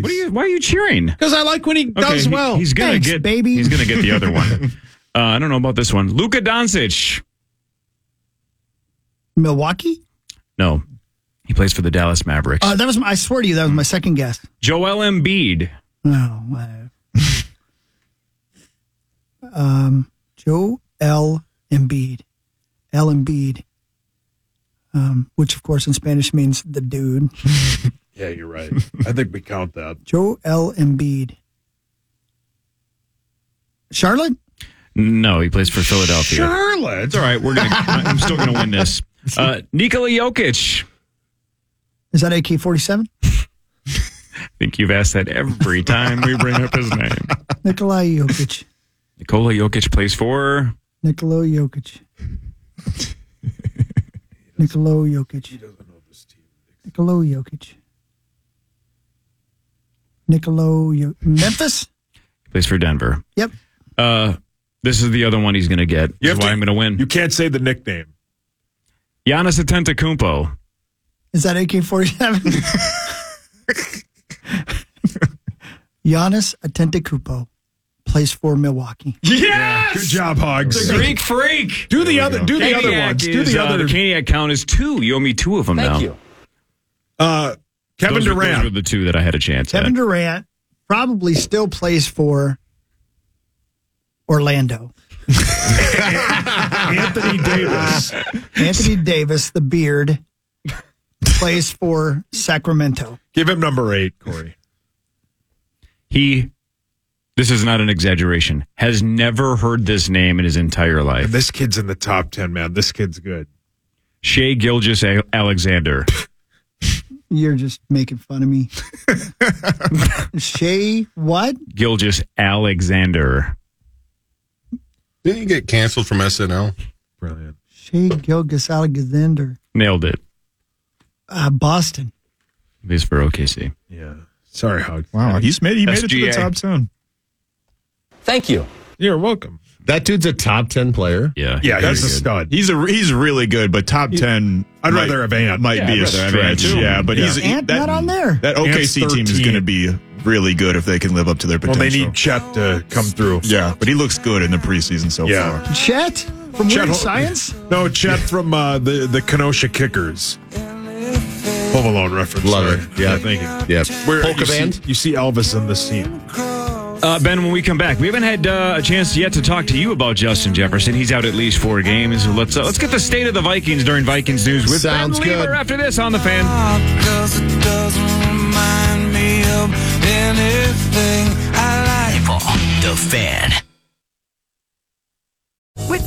[SPEAKER 10] What are you? Why are you cheering?
[SPEAKER 8] Because I like when he does
[SPEAKER 10] he-
[SPEAKER 8] well.
[SPEAKER 10] he's gonna
[SPEAKER 7] Thanks,
[SPEAKER 10] get
[SPEAKER 7] baby.
[SPEAKER 10] He's gonna get the other one.
[SPEAKER 9] (laughs)
[SPEAKER 10] Uh, I don't know about this one. Luka Doncic.
[SPEAKER 7] Milwaukee?
[SPEAKER 10] No, he plays for the Dallas Mavericks.
[SPEAKER 7] Uh, that was my, I swear to you, that was
[SPEAKER 9] Hmm.
[SPEAKER 7] my second guess.
[SPEAKER 10] Joel Embiid.
[SPEAKER 7] No. uh, (laughs) um, Joe L. Embiid. L. Embiid. Um, which, of course, in Spanish means the dude.
[SPEAKER 9] Yeah, you're right. I think we count that.
[SPEAKER 7] Joe L. Embiid. Charlotte?
[SPEAKER 10] No, he plays for Philadelphia.
[SPEAKER 9] Charlotte.
[SPEAKER 10] It's all right. We're gonna. I'm still gonna
[SPEAKER 14] (laughs)
[SPEAKER 10] win this. Uh, Nikola Jokic.
[SPEAKER 7] Is that AK 47?
[SPEAKER 10] I think you've asked that every time we bring up his
[SPEAKER 9] (laughs)
[SPEAKER 10] name.
[SPEAKER 7] Nikolai (laughs) Jokic.
[SPEAKER 10] Nikola Jokic plays for.
[SPEAKER 7] Nikola (laughs) Jokic. Nikola Jokic. He doesn't know this team. Nikola Jokic. Nikola jo- Memphis?
[SPEAKER 10] He plays for Denver.
[SPEAKER 7] Yep.
[SPEAKER 10] Uh, this is the other one he's gonna get.
[SPEAKER 9] You
[SPEAKER 10] That's
[SPEAKER 9] have
[SPEAKER 10] why
[SPEAKER 9] to-
[SPEAKER 10] I'm gonna win.
[SPEAKER 9] You can't say the nickname.
[SPEAKER 10] Giannis Antetokounmpo.
[SPEAKER 7] Is that AK (laughs) 47? Giannis Atentacumpo plays for Milwaukee.
[SPEAKER 10] Yes.
[SPEAKER 9] Good job, Hogs.
[SPEAKER 10] The Greek freak.
[SPEAKER 9] Do the other. Do the other
[SPEAKER 10] Kaniak
[SPEAKER 9] ones. Do
[SPEAKER 10] is,
[SPEAKER 9] the
[SPEAKER 10] uh,
[SPEAKER 9] other.
[SPEAKER 10] the Kaniak count is two. You owe me two of them now.
[SPEAKER 9] Uh, Kevin
[SPEAKER 10] Those were-
[SPEAKER 9] Durant.
[SPEAKER 10] those were the two that I had a chance
[SPEAKER 7] Kevin
[SPEAKER 10] at.
[SPEAKER 7] Durant probably still plays for Orlando.
[SPEAKER 9] (laughs) Anthony Davis.
[SPEAKER 7] Anthony Davis, the beard, plays for Sacramento.
[SPEAKER 9] Give him number eight, Corey.
[SPEAKER 10] He. This is not an exaggeration. Has never heard this name in his entire life.
[SPEAKER 9] And this kid's in the top ten, man. This kid's good.
[SPEAKER 10] Shea Gilgis A- Alexander.
[SPEAKER 7] You're just making fun of (laughs) me. Shay, what?
[SPEAKER 10] Gilgis Alexander.
[SPEAKER 4] Didn't you get canceled from SNL?
[SPEAKER 9] Brilliant.
[SPEAKER 7] Shay Gilgis Alexander.
[SPEAKER 10] Nailed it.
[SPEAKER 7] Uh, Boston.
[SPEAKER 10] He's for OKC.
[SPEAKER 9] Yeah. Sorry, Hogs.
[SPEAKER 14] Wow, Oh, he's made he made it to the
[SPEAKER 10] SGA.
[SPEAKER 14] top ten.
[SPEAKER 16] Thank you.
[SPEAKER 9] You're welcome.
[SPEAKER 8] That dude's a top 10 player.
[SPEAKER 10] Yeah.
[SPEAKER 9] Yeah,
[SPEAKER 10] Very
[SPEAKER 9] he's a
[SPEAKER 10] good.
[SPEAKER 9] stud.
[SPEAKER 14] He's a he's really good, but top ten.
[SPEAKER 9] I'd
[SPEAKER 14] might-
[SPEAKER 9] rather have Ant.
[SPEAKER 14] might
[SPEAKER 10] Yeah,
[SPEAKER 14] be
[SPEAKER 10] I'd
[SPEAKER 14] a
[SPEAKER 10] rather have Ant,
[SPEAKER 14] stretch.
[SPEAKER 10] too.
[SPEAKER 14] Yeah, but
[SPEAKER 9] Yeah.
[SPEAKER 14] he's
[SPEAKER 7] Ant not on there.
[SPEAKER 14] That OKC team is
[SPEAKER 9] 13.
[SPEAKER 14] going to be really good if they can live up to their
[SPEAKER 9] Well,
[SPEAKER 14] potential.
[SPEAKER 9] they need Chet to come through.
[SPEAKER 14] yeah, but he looks good in the preseason so
[SPEAKER 9] Yeah.
[SPEAKER 14] far.
[SPEAKER 7] Chet from
[SPEAKER 9] Chet
[SPEAKER 7] Weird
[SPEAKER 9] Hol-
[SPEAKER 7] Science.
[SPEAKER 9] No, Chet from uh, the the Kenosha Kickers. Home Alone reference.
[SPEAKER 8] Love
[SPEAKER 9] sorry.
[SPEAKER 8] it. Yeah.
[SPEAKER 9] thank you.
[SPEAKER 8] Yeah.
[SPEAKER 9] Where
[SPEAKER 8] Polka
[SPEAKER 9] you
[SPEAKER 8] band.
[SPEAKER 9] See, you see Elvis in the scene.
[SPEAKER 10] Uh, ben, when we come back, we haven't had uh, a chance yet to talk to you about Justin Jefferson. He's out at least four games. Let's uh, let's get the state of the Vikings during Vikings news with
[SPEAKER 17] Sounds
[SPEAKER 10] Ben Lever
[SPEAKER 17] good.
[SPEAKER 10] after this on the fan.
[SPEAKER 17] Cause it doesn't remind me of anything I like.
[SPEAKER 2] The fan.
[SPEAKER 18] With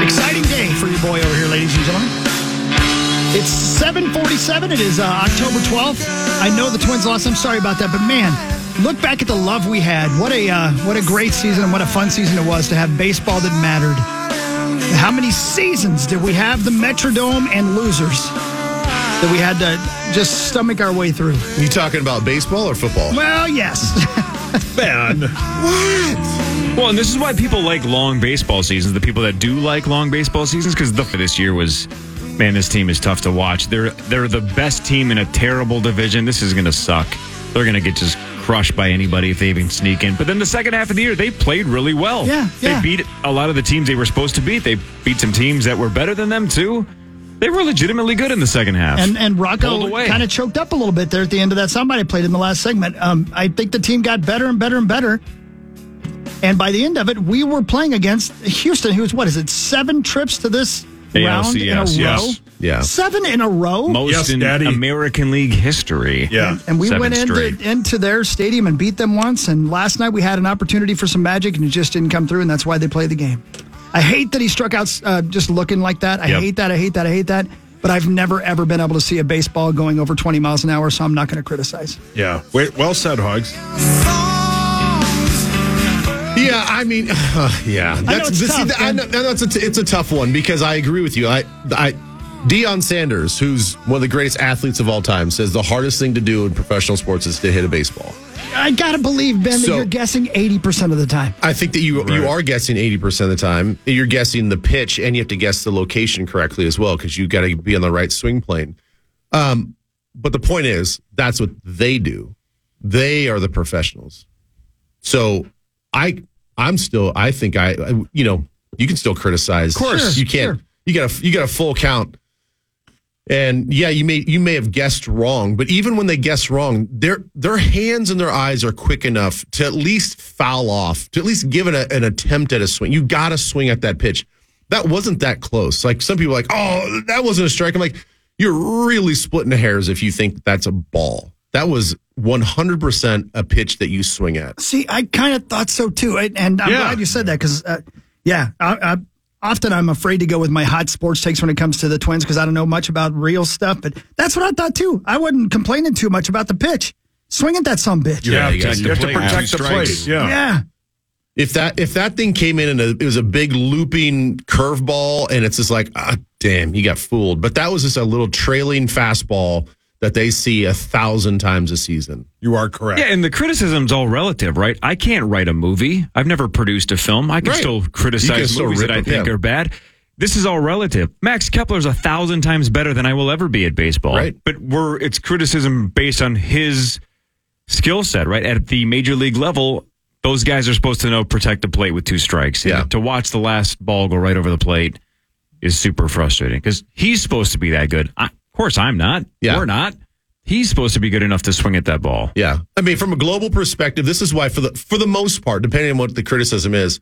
[SPEAKER 7] Exciting day for your boy over here, ladies and gentlemen. It's 747. It is uh, October 12th. I know the Twins lost. I'm sorry about that. But, man, look back at the love we had. What a, uh, what a great season and what a fun season it was to have baseball that mattered. How many seasons did we have the Metrodome and losers that we had to just stomach our way through?
[SPEAKER 8] You talking about baseball or football?
[SPEAKER 7] Well, yes. (laughs)
[SPEAKER 10] Ben. Well, and this is why people like long baseball seasons. The people that do like long baseball seasons, because the this year was, man, this team is tough to watch. They're they're the best team in a terrible division. This is going to suck. They're going to get just crushed by anybody if they even sneak in. But then the second half of the year, they played really well.
[SPEAKER 7] Yeah, yeah.
[SPEAKER 10] They beat a lot of the teams they were supposed to beat. They beat some teams that were better than them too. They were legitimately good in the second half.
[SPEAKER 7] And and
[SPEAKER 10] Pulled
[SPEAKER 7] Rocco
[SPEAKER 10] away.
[SPEAKER 7] kind of choked up a little bit there at the end of that somebody played in the last segment. Um, I think the team got better and better and better. And by the end of it, we were playing against Houston, who was what is it, seven trips to this round in a row?
[SPEAKER 10] ALCS, yes. Yeah.
[SPEAKER 7] Seven in a row?
[SPEAKER 10] most in American League history. Yeah,
[SPEAKER 7] And we went into, into their stadium and beat them once. And last night we had an opportunity for some magic and it just didn't come through. And that's why they played the game. I hate that he struck out uh, just looking like that. I
[SPEAKER 10] Yep.
[SPEAKER 7] hate that. I hate that. I hate that. But I've never, ever been able to see a baseball going over 20 miles an hour. So I'm not going to criticize.
[SPEAKER 9] Yeah. Wait, well said, Hogs.
[SPEAKER 8] Yeah, I mean, (sighs) yeah. That's,
[SPEAKER 9] know it's
[SPEAKER 8] this-
[SPEAKER 9] tough,
[SPEAKER 8] th- I know, I know it's, a t- it's a tough one because I agree with you. I, I, Deion Sanders, who's one of the greatest athletes of all time, says the hardest thing to do in professional sports is to hit a baseball.
[SPEAKER 7] I got to believe, Ben, that
[SPEAKER 8] So-
[SPEAKER 7] you're guessing 80% of the time.
[SPEAKER 8] I think that you you are guessing eighty percent of the time. You're guessing the pitch, and you have to guess the location correctly as well because you got to be on the right swing plane. Um, but the point is, that's what they do. They are the professionals. So I I'm still I think I, I- you know you can still criticize. Of
[SPEAKER 9] course.
[SPEAKER 8] you can't. You got a you got a full count. And yeah, you may you may have guessed wrong, but even when they guess wrong, their their hands and their eyes are quick enough to at least foul off, to at least give it a, an attempt at a swing. You got to swing at that pitch. That wasn't that close. Like some people are like, oh, that wasn't a strike. I'm like, you're really splitting hairs if you think that's a ball. That was 100% a pitch that you swing at.
[SPEAKER 7] See, I kind of thought so too, and- and I'm
[SPEAKER 8] Yeah.
[SPEAKER 7] glad you said that because, uh, yeah, I, I, often I'm afraid to go with my hot sports takes when it comes to the Twins because I don't know much about real stuff. But that's what I thought too. I wasn't complaining too much about the pitch. Swing at that some bitch.
[SPEAKER 8] You have to protect You have the to plate. protect the plate, yeah.
[SPEAKER 7] yeah.
[SPEAKER 8] If that if that thing came in and a, it was a big looping curveball, and it's just like, ah, damn, you got fooled. But that was just a little trailing fastball that they see a thousand times a season.
[SPEAKER 9] You are correct.
[SPEAKER 10] Yeah, and the criticism's all relative, right? I can't write a movie. I've never produced a film. I can
[SPEAKER 9] Right.
[SPEAKER 10] still
[SPEAKER 9] You can
[SPEAKER 10] criticize
[SPEAKER 9] still
[SPEAKER 10] movies
[SPEAKER 9] rip
[SPEAKER 10] that I
[SPEAKER 9] them,
[SPEAKER 10] think
[SPEAKER 9] yeah.
[SPEAKER 10] are bad. This is all relative. Max Kepler's a thousand times better than I will ever be at baseball.
[SPEAKER 8] Right.
[SPEAKER 10] But we're it's criticism based on his skill set, right? At the major league level, those guys are supposed to know protect the plate with two strikes. Yeah. to watch the last ball go right over the plate is super frustrating because he's supposed to be that good. I, of course, I'm not. Yeah. We're not. He's supposed to be good enough to swing at that ball.
[SPEAKER 8] Yeah, I mean, from a global perspective, this is why for the for the most part, depending on what the criticism is,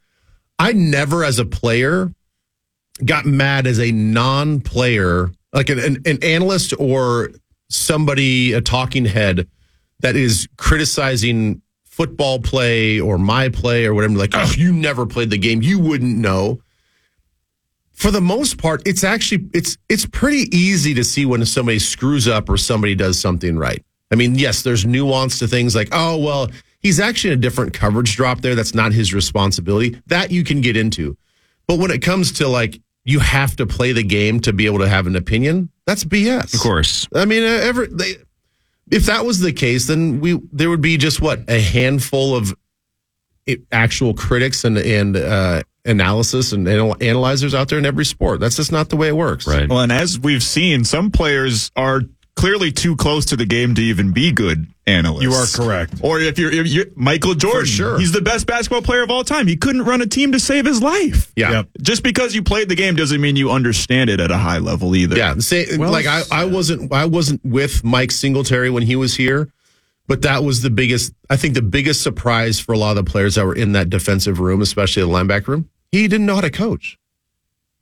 [SPEAKER 8] I never as a player got mad as a non-player, like an an, an analyst or somebody a talking head that is criticizing football play or my play or whatever. Like, oh, you never played the game, you wouldn't know for the most part, it's actually it's it's pretty easy to see when somebody screws up or somebody does something right. I mean, yes, there's nuance to things like, oh well, he's actually in a different coverage drop there. That's not his responsibility. That you can get into. But when it comes to like you have to play the game to be able to have an opinion, that's BS. Of
[SPEAKER 10] course.
[SPEAKER 8] I mean, uh, every they, if that was the case, then we there would be just what a handful of i- actual critics and and uh, analysis and anal- analyzers out there in every sport. That's just not the way it works. Right.
[SPEAKER 14] Well, and as we've seen, some players are clearly too close to the game to even be good analysts.
[SPEAKER 9] You are correct.
[SPEAKER 14] Or if you're, if you're Michael Jordan,
[SPEAKER 9] sure.
[SPEAKER 14] he's the best basketball player of all time. He couldn't run a team to save his life.
[SPEAKER 8] Yeah.
[SPEAKER 14] Just because you played the game doesn't mean you understand it at a high level either.
[SPEAKER 8] Yeah, the same, like I, I wasn't I wasn't with Mike Singletary when he was here, but that was the biggest I think the biggest surprise for a lot of the players that were in that defensive room, especially the linebacker room. He didn't know how to coach.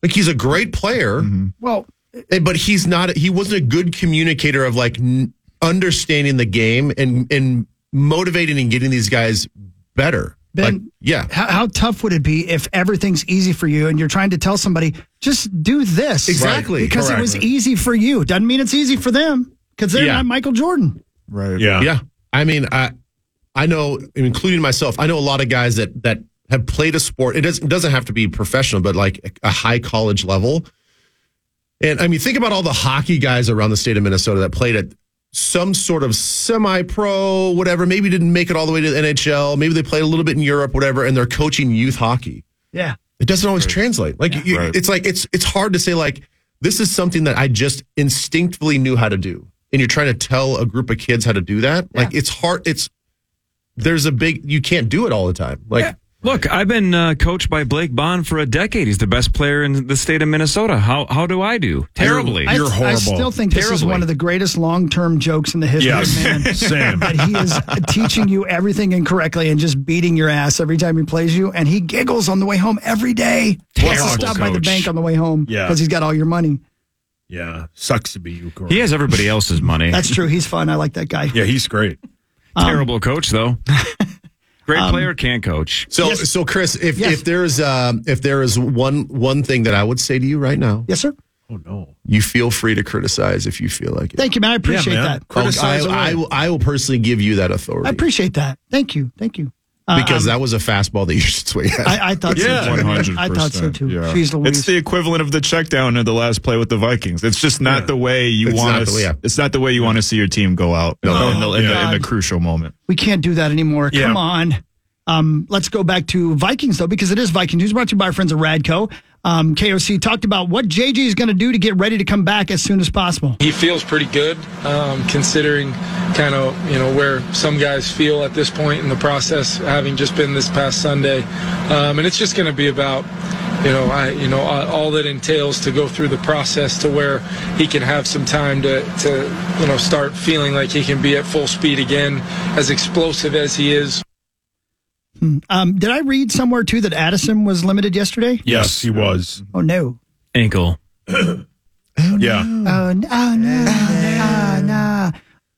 [SPEAKER 8] Like he's a great player.
[SPEAKER 7] Well,
[SPEAKER 8] Eh, but he's not he wasn't a good communicator of like n- understanding the game and and motivating and getting these guys better.
[SPEAKER 7] Ben,
[SPEAKER 8] like, yeah.
[SPEAKER 7] How, how tough would it be if everything's easy for you and you're trying to tell somebody, just do this?
[SPEAKER 8] Exactly.
[SPEAKER 7] Because it was
[SPEAKER 8] Correct.
[SPEAKER 7] easy for you. Doesn't mean it's easy for them because they're
[SPEAKER 8] Yeah.
[SPEAKER 7] not Michael Jordan.
[SPEAKER 14] Right.
[SPEAKER 9] Yeah.
[SPEAKER 8] Yeah. I mean, I I know, including myself, I know a lot of guys that that have played a sport. It doesn't it doesn't have to be professional, but like a high college level. And I mean, think about all the hockey guys around the state of Minnesota that played at some sort of semi-pro, whatever. Maybe didn't make it all the way to the NHL. Maybe they played a little bit in Europe, whatever. And they're coaching youth hockey.
[SPEAKER 7] Yeah.
[SPEAKER 8] It doesn't always translate. Like you, it's like it's it's hard to say like this is something that I just instinctively knew how to do, and you're trying to tell a group of kids how to do that. Like it's hard. It's there's a big you can't do it all the time. Like
[SPEAKER 10] Look, I've been uh, coached by Blake Bond for a decade. He's the best player in the state of Minnesota. How how do I do? Terribly.
[SPEAKER 7] I, I still think this is one of the greatest long term jokes in the history
[SPEAKER 10] Yes.
[SPEAKER 7] of man.
[SPEAKER 10] Same.
[SPEAKER 7] That he is teaching you everything incorrectly and just beating your ass every time he plays you. And he giggles on the way home every day. He has to
[SPEAKER 9] Terrible
[SPEAKER 7] stop by the
[SPEAKER 9] coach.
[SPEAKER 7] bank on the way home
[SPEAKER 9] Yeah.
[SPEAKER 7] because he's got all your money.
[SPEAKER 9] Yeah, sucks to be you, Corey.
[SPEAKER 10] He has everybody else's money.
[SPEAKER 7] That's um, true. He's fun. I like that guy.
[SPEAKER 9] Yeah, he's great.
[SPEAKER 10] Terrible coach
[SPEAKER 7] (laughs)
[SPEAKER 10] though. Great
[SPEAKER 7] Um,
[SPEAKER 10] player can coach.
[SPEAKER 8] so so Chris, if if there is um if there is one one thing that I would say to you right now,
[SPEAKER 7] yes sir.
[SPEAKER 8] Oh no, you feel free to criticize if you feel like it.
[SPEAKER 7] Thank you, man. I appreciate
[SPEAKER 8] man.
[SPEAKER 7] that.
[SPEAKER 8] I'll- I, I will I will personally give you that authority
[SPEAKER 7] I appreciate that. Thank you. Thank you. Uh,
[SPEAKER 8] because
[SPEAKER 7] um,
[SPEAKER 8] that was a fastball that you (laughs) should swing at.
[SPEAKER 7] I- I thought so, too. I thought so, too. Jeez Louise.
[SPEAKER 14] It's the equivalent of the check down in the last play with the Vikings. It's just not the way you
[SPEAKER 8] It's
[SPEAKER 14] want
[SPEAKER 8] not
[SPEAKER 14] to
[SPEAKER 8] the- yeah.
[SPEAKER 14] It's not the way you want to see your team go out
[SPEAKER 7] No.
[SPEAKER 14] in, the, in, the, in the
[SPEAKER 7] God.
[SPEAKER 14] crucial moment.
[SPEAKER 7] We can't do that anymore.
[SPEAKER 14] Yeah.
[SPEAKER 7] Come on. Um, let's go back to Vikings, though, because it is Vikings news brought to you by our friends at Radco. Um, KOC talked about what JJ is going to do to get ready to come back as soon as possible.
[SPEAKER 3] He feels pretty good, um, considering kind of you know where some guys feel at this point in the process, having just been this past Sunday, um, and it's just going to be about you know I you know uh, all that entails to go through the process to where he can have some time to to you know start feeling like he can be at full speed again, as explosive as he is.
[SPEAKER 7] Hmm. Um, did I read somewhere, too, that Addison was limited yesterday?
[SPEAKER 9] Yes, he was.
[SPEAKER 7] Oh, no.
[SPEAKER 10] Ankle.
[SPEAKER 9] yeah.
[SPEAKER 7] Oh, no. Oh, no. Oh, no.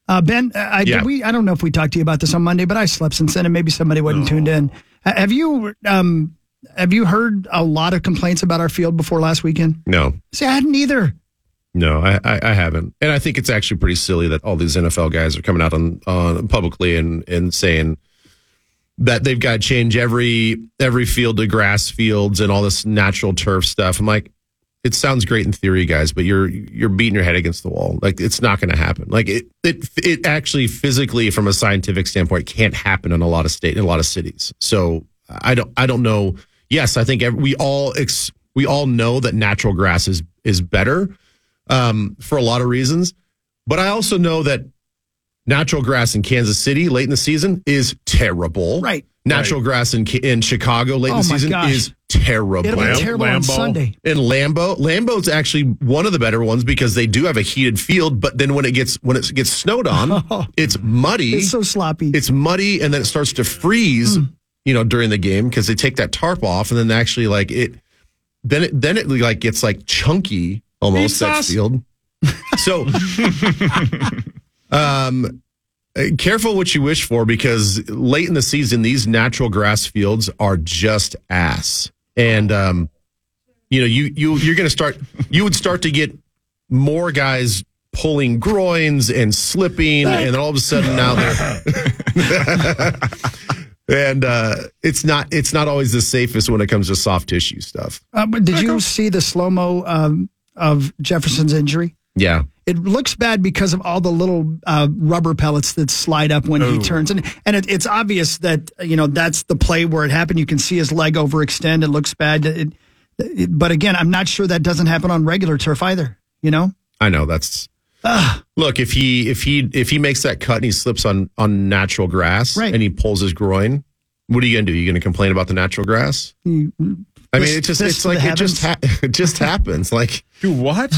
[SPEAKER 7] Uh, ben, uh, I, did
[SPEAKER 9] Yeah.
[SPEAKER 7] we, I don't know if we talked to you about this on Monday, but I slept since then, and maybe somebody wasn't tuned in. Uh, have you um, have you heard a lot of complaints about our field before last weekend?
[SPEAKER 8] no,
[SPEAKER 7] See, I hadn't either.
[SPEAKER 8] No, I, I, I haven't, and I think it's actually pretty silly that all these NFL guys are coming out on, on publicly and, and saying that they've got to change every every field to grass fields and all this natural turf stuff. I'm like, it sounds great in theory, guys, but you're you're beating your head against the wall. Like it's not going to happen. Like it it it actually physically, from a scientific standpoint, can't happen in a lot of state in a lot of cities. So I don't I don't know. Yes, I think ev we all ex, we all know that natural grass is is better um, for a lot of reasons, but I also know that natural grass in Kansas City late in the season is terrible.
[SPEAKER 7] Right.
[SPEAKER 8] Natural grass in Ki- in Chicago late in
[SPEAKER 7] Oh
[SPEAKER 8] the
[SPEAKER 7] my
[SPEAKER 8] season
[SPEAKER 7] gosh.
[SPEAKER 8] is terrible.
[SPEAKER 7] It'll be Lam- terrible on Lambeau. Sunday.
[SPEAKER 8] And Lambo, Lambo's actually one of the better ones because they do have a heated field, but then when it gets when it gets snowed (laughs) on,
[SPEAKER 7] (laughs)
[SPEAKER 8] it's muddy.
[SPEAKER 7] It's so sloppy.
[SPEAKER 8] Oh, It's muddy, and then it starts to freeze. You know, during the game because they take that tarp off, and then actually like it, then it then it like gets like chunky almost that
[SPEAKER 9] sauce.
[SPEAKER 8] field. So, um, uh, careful what you wish for because late in the season, these natural grass fields are just ass, and um, you know you you you're going to start you would start to get more guys pulling groins and slipping, and then all of a sudden now they're and uh, it's not it's not always the safest when it comes to soft tissue stuff.
[SPEAKER 7] Uh, but did you see the slow mo um, of Jefferson's injury?
[SPEAKER 8] Yeah.
[SPEAKER 7] It looks bad because of all the little uh, rubber pellets that slide up when he
[SPEAKER 8] Ooh.
[SPEAKER 7] turns, and and it, it's obvious that you know that's the play where it happened. You can see his leg overextend. It looks bad. It- it- but again, I'm not sure that doesn't happen on regular turf either. You know,
[SPEAKER 8] I know that's. Look, if he if he if he makes that cut and he slips on on natural grass and he pulls his groin, what are you gonna do? You gonna complain about the natural grass?
[SPEAKER 7] You-
[SPEAKER 8] I mean,
[SPEAKER 7] this-
[SPEAKER 8] it just
[SPEAKER 7] this
[SPEAKER 8] it's like it just ha- (laughs) it just happens. Like
[SPEAKER 9] do what?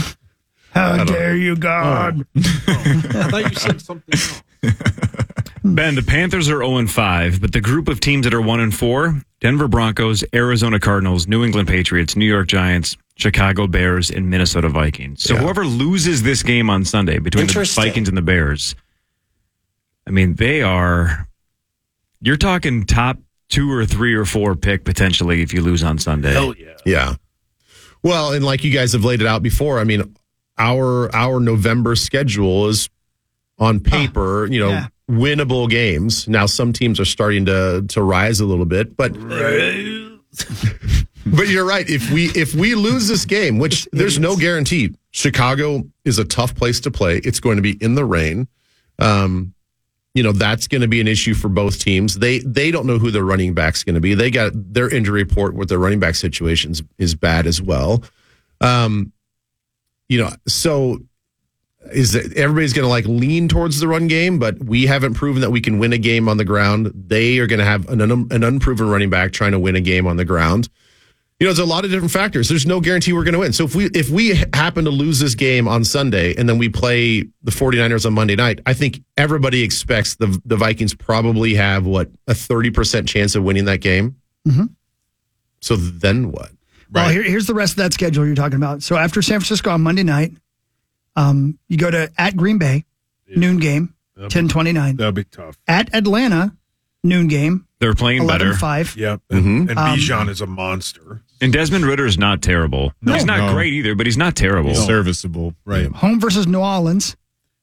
[SPEAKER 7] How dare you, God?
[SPEAKER 9] I thought you said something.
[SPEAKER 10] Ben, the Panthers are 0 5, but the group of teams that are 1 4 Denver Broncos, Arizona Cardinals, New England Patriots, New York Giants, Chicago Bears, and Minnesota Vikings. So whoever loses this game on Sunday between the
[SPEAKER 11] Interesting.
[SPEAKER 10] Vikings and the Bears, I mean, they are. You're talking top two or three or four pick potentially if you lose on Sunday. Hell
[SPEAKER 8] yeah. Yeah. Well, and like you guys have laid it out before, I mean, our our November schedule is on paper, you know,
[SPEAKER 19] yeah.
[SPEAKER 8] winnable games. Now some teams are starting to to rise a little bit, but (laughs) but you're right. If we if we lose this game, which there's no guarantee, Chicago is a tough place to play. It's going to be in the rain. Um, you know that's going to be an issue for both teams. They they don't know who their running back's going to be. They got their injury report with their running back situations is bad as well. Um, you know, so is that everybody's going to like lean towards the run game, but we haven't proven that we can win a game on the ground. They are going to have an, un- an unproven running back trying to win a game on the ground. You know, there's a lot of different factors. There's no guarantee we're going to win. So if we if we happen to lose this game on Sunday and then we play the 49ers on Monday night, I think everybody expects the the Vikings probably have what a 30% chance of winning that game.
[SPEAKER 7] Mm-hmm.
[SPEAKER 8] So then what?
[SPEAKER 7] Well, here, here's the rest of that schedule you're talking about. So after San Francisco on Monday night, um, you go to at Green Bay, noon game,
[SPEAKER 9] That'd be-
[SPEAKER 7] ten twenty nine.
[SPEAKER 9] That'll be tough.
[SPEAKER 7] At Atlanta, noon game.
[SPEAKER 10] They're playing better.
[SPEAKER 7] 11-5.
[SPEAKER 9] Yep. And,
[SPEAKER 8] Mm-hmm.
[SPEAKER 9] and
[SPEAKER 7] Um,
[SPEAKER 9] Bijan is a monster.
[SPEAKER 10] And Desmond Ritter is not terrible.
[SPEAKER 9] No.
[SPEAKER 10] he's not
[SPEAKER 9] No.
[SPEAKER 10] great either, but he's not terrible.
[SPEAKER 9] He's
[SPEAKER 10] serviceable.
[SPEAKER 9] Right.
[SPEAKER 7] Home versus New Orleans. um,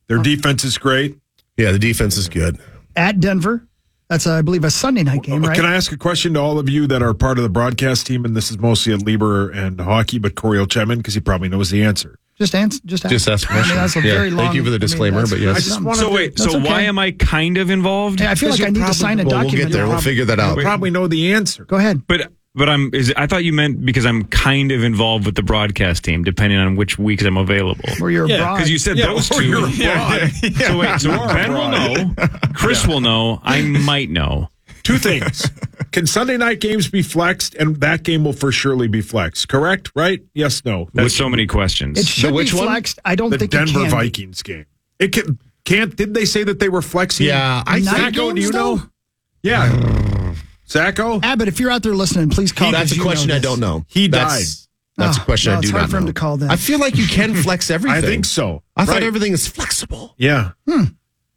[SPEAKER 9] Their defense is great.
[SPEAKER 8] Yeah, the defense is good.
[SPEAKER 7] At Denver, that's uh, I believe a Sunday night game, right?
[SPEAKER 9] Uh, Can I ask a question to all of you that are part of the broadcast team? And this is mostly at Lieber and hockey, but Corey Chemin, because he probably knows the answer.
[SPEAKER 7] just answer. Just, ask. I mean, that's a very long. I mean, that's-
[SPEAKER 9] I just wanted
[SPEAKER 10] So
[SPEAKER 9] to-
[SPEAKER 10] wait,
[SPEAKER 9] That's
[SPEAKER 10] so
[SPEAKER 9] okay.
[SPEAKER 10] why am I kind of involved?
[SPEAKER 7] Hey, I feel like I need to sign a document.
[SPEAKER 9] You probably know the answer.
[SPEAKER 7] Go ahead.
[SPEAKER 10] But but I'm is I thought you meant because I'm kind of involved with the broadcast team, depending on which weeks I'm available.
[SPEAKER 7] Or you're
[SPEAKER 10] yeah,
[SPEAKER 7] abroad.
[SPEAKER 10] because you said
[SPEAKER 7] Yeah,
[SPEAKER 10] those
[SPEAKER 7] or
[SPEAKER 10] two.
[SPEAKER 7] you're abroad.
[SPEAKER 10] So wait, so
[SPEAKER 9] You are
[SPEAKER 10] Ben will know, Chris will know, I might know.
[SPEAKER 9] (laughs) Two things. Can Sunday night games be flexed? And that game will for surely be flexed, correct? Right? Yes, no.
[SPEAKER 10] That's so many questions.
[SPEAKER 9] The
[SPEAKER 10] It should be
[SPEAKER 9] which one?
[SPEAKER 7] flexed. I don't
[SPEAKER 9] the
[SPEAKER 7] think it
[SPEAKER 9] Denver
[SPEAKER 7] can.
[SPEAKER 9] Vikings game. It can, can't. Did they say that they were flexing?
[SPEAKER 8] Yeah,
[SPEAKER 7] I
[SPEAKER 9] Zacho,
[SPEAKER 7] Night
[SPEAKER 9] do
[SPEAKER 7] games,
[SPEAKER 9] you know?
[SPEAKER 7] though?
[SPEAKER 9] Yeah, Zacho.
[SPEAKER 7] Abbott, if you're out there listening, please call.
[SPEAKER 8] That's
[SPEAKER 7] because
[SPEAKER 8] a
[SPEAKER 7] you
[SPEAKER 8] question
[SPEAKER 7] know
[SPEAKER 8] I
[SPEAKER 7] this.
[SPEAKER 8] don't know.
[SPEAKER 9] He
[SPEAKER 8] That's- That's a
[SPEAKER 7] Oh,
[SPEAKER 8] question
[SPEAKER 7] no,
[SPEAKER 8] I do
[SPEAKER 7] it's hard
[SPEAKER 8] not
[SPEAKER 7] for him
[SPEAKER 8] know.
[SPEAKER 7] to call then.
[SPEAKER 8] I feel like you
[SPEAKER 7] (laughs)
[SPEAKER 8] can flex everything.
[SPEAKER 9] I think so.
[SPEAKER 8] I thought
[SPEAKER 9] Right.
[SPEAKER 8] everything is flexible.
[SPEAKER 9] Yeah.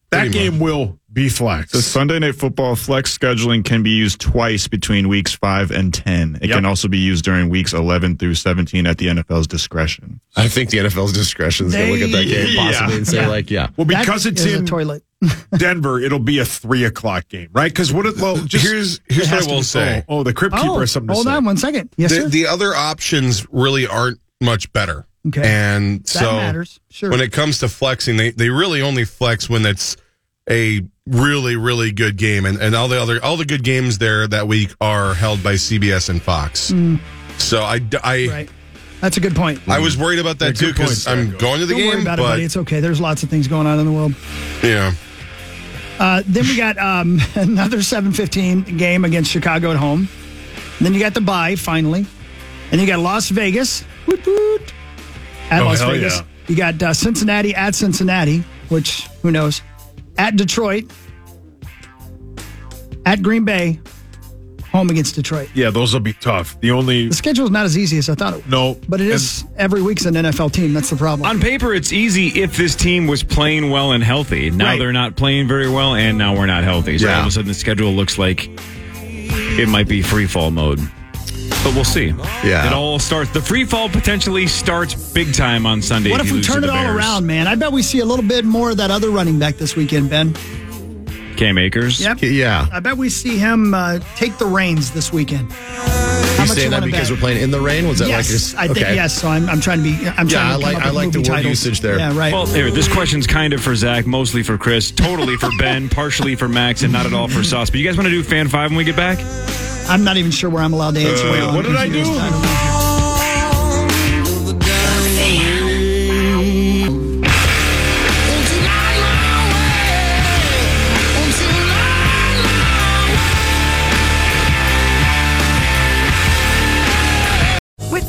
[SPEAKER 9] That game will be flexed.
[SPEAKER 14] The Sunday Night Football flex scheduling can be used twice between weeks five and 10. It can also be used during weeks 11 through 17 at the NFL's discretion.
[SPEAKER 8] I think the NFL's discretion
[SPEAKER 14] is gonna look at that game possibly and say, like, yeah.
[SPEAKER 9] Well,
[SPEAKER 14] That
[SPEAKER 9] because it's
[SPEAKER 14] is a
[SPEAKER 9] in
[SPEAKER 7] toilet.
[SPEAKER 9] Denver, it'll be a three o'clock game, right? Because what it, well, just,
[SPEAKER 4] Here's- here's what
[SPEAKER 9] it
[SPEAKER 4] I
[SPEAKER 9] has to
[SPEAKER 4] will
[SPEAKER 9] be-
[SPEAKER 4] say.
[SPEAKER 9] Oh, oh, the Crypt Keeper
[SPEAKER 7] Oh,
[SPEAKER 9] has something to
[SPEAKER 7] hold
[SPEAKER 9] say.
[SPEAKER 7] on one second. Yes,
[SPEAKER 4] the,
[SPEAKER 7] sir.
[SPEAKER 4] the other options really aren't much better.
[SPEAKER 7] Okay.
[SPEAKER 4] And
[SPEAKER 7] That
[SPEAKER 4] so
[SPEAKER 7] matters. Sure.
[SPEAKER 4] when it comes to flexing, they, they really only flex when it's a really, really good game. And, and all the other, all the good games there that week are held by CBS and Fox.
[SPEAKER 7] Mm,
[SPEAKER 4] So I, d- I,
[SPEAKER 7] that's a good point.
[SPEAKER 4] I was worried about that too
[SPEAKER 7] Yeah, good
[SPEAKER 4] because
[SPEAKER 7] point,
[SPEAKER 4] I'm going to the
[SPEAKER 7] Don't
[SPEAKER 4] game.
[SPEAKER 7] worry about
[SPEAKER 4] but
[SPEAKER 7] it, buddy. It's okay. There's lots of things going on in the world.
[SPEAKER 4] yeah.
[SPEAKER 7] Uh, then we got um, (laughs) another 7-15 game against Chicago at home. Then you got the bye finally, and you got Las Vegas woot woot, at
[SPEAKER 20] Oh,
[SPEAKER 7] Las
[SPEAKER 20] hell
[SPEAKER 7] Vegas.
[SPEAKER 20] yeah.
[SPEAKER 7] You got uh, Cincinnati at Cincinnati, which who knows? At Detroit, at Green Bay, home against Detroit.
[SPEAKER 9] Yeah, those will be tough. The only
[SPEAKER 7] The schedule's not as easy as I thought it. was.
[SPEAKER 9] no,
[SPEAKER 7] But it is every week's an NFL team. That's the problem.
[SPEAKER 10] On paper, it's easy if this team was playing well and healthy. Now
[SPEAKER 7] Right.
[SPEAKER 10] they're not playing very well, and now we're not healthy. So all of a sudden, the schedule looks like it might be free fall mode. But we'll see. Yeah, it all starts. The free fall potentially starts big time on Sunday.
[SPEAKER 7] What if
[SPEAKER 10] you
[SPEAKER 7] we
[SPEAKER 10] lose to
[SPEAKER 7] turn
[SPEAKER 10] the
[SPEAKER 7] it all
[SPEAKER 10] Bears.
[SPEAKER 7] around, man? I bet we see a little bit more of that other running back this weekend, Ben.
[SPEAKER 10] Cam Akers.
[SPEAKER 7] Yep.
[SPEAKER 8] Yeah.
[SPEAKER 7] I bet we see him uh, take the reins this weekend.
[SPEAKER 8] You saying that because we're playing in the rain? Was that like
[SPEAKER 7] yes,
[SPEAKER 8] your?
[SPEAKER 7] I think yes. So I'm, I'm trying to be. I'm trying
[SPEAKER 8] Yeah,
[SPEAKER 7] to
[SPEAKER 8] I
[SPEAKER 7] come
[SPEAKER 8] like-
[SPEAKER 7] up
[SPEAKER 8] I
[SPEAKER 7] with
[SPEAKER 8] like
[SPEAKER 7] movie
[SPEAKER 8] the word
[SPEAKER 7] titles.
[SPEAKER 8] usage there.
[SPEAKER 7] Yeah, right.
[SPEAKER 10] Well, here, this question's kind of for Zach, mostly for Chris, totally for Ben, (laughs) partially for Max, and not at all for Sauce. But you guys want to do fan five when we get back?
[SPEAKER 7] I'm not even sure where I'm allowed to answer.
[SPEAKER 10] Uh,
[SPEAKER 7] where I'm
[SPEAKER 10] what did I
[SPEAKER 7] confused.
[SPEAKER 10] do?
[SPEAKER 7] don't know.
[SPEAKER 18] With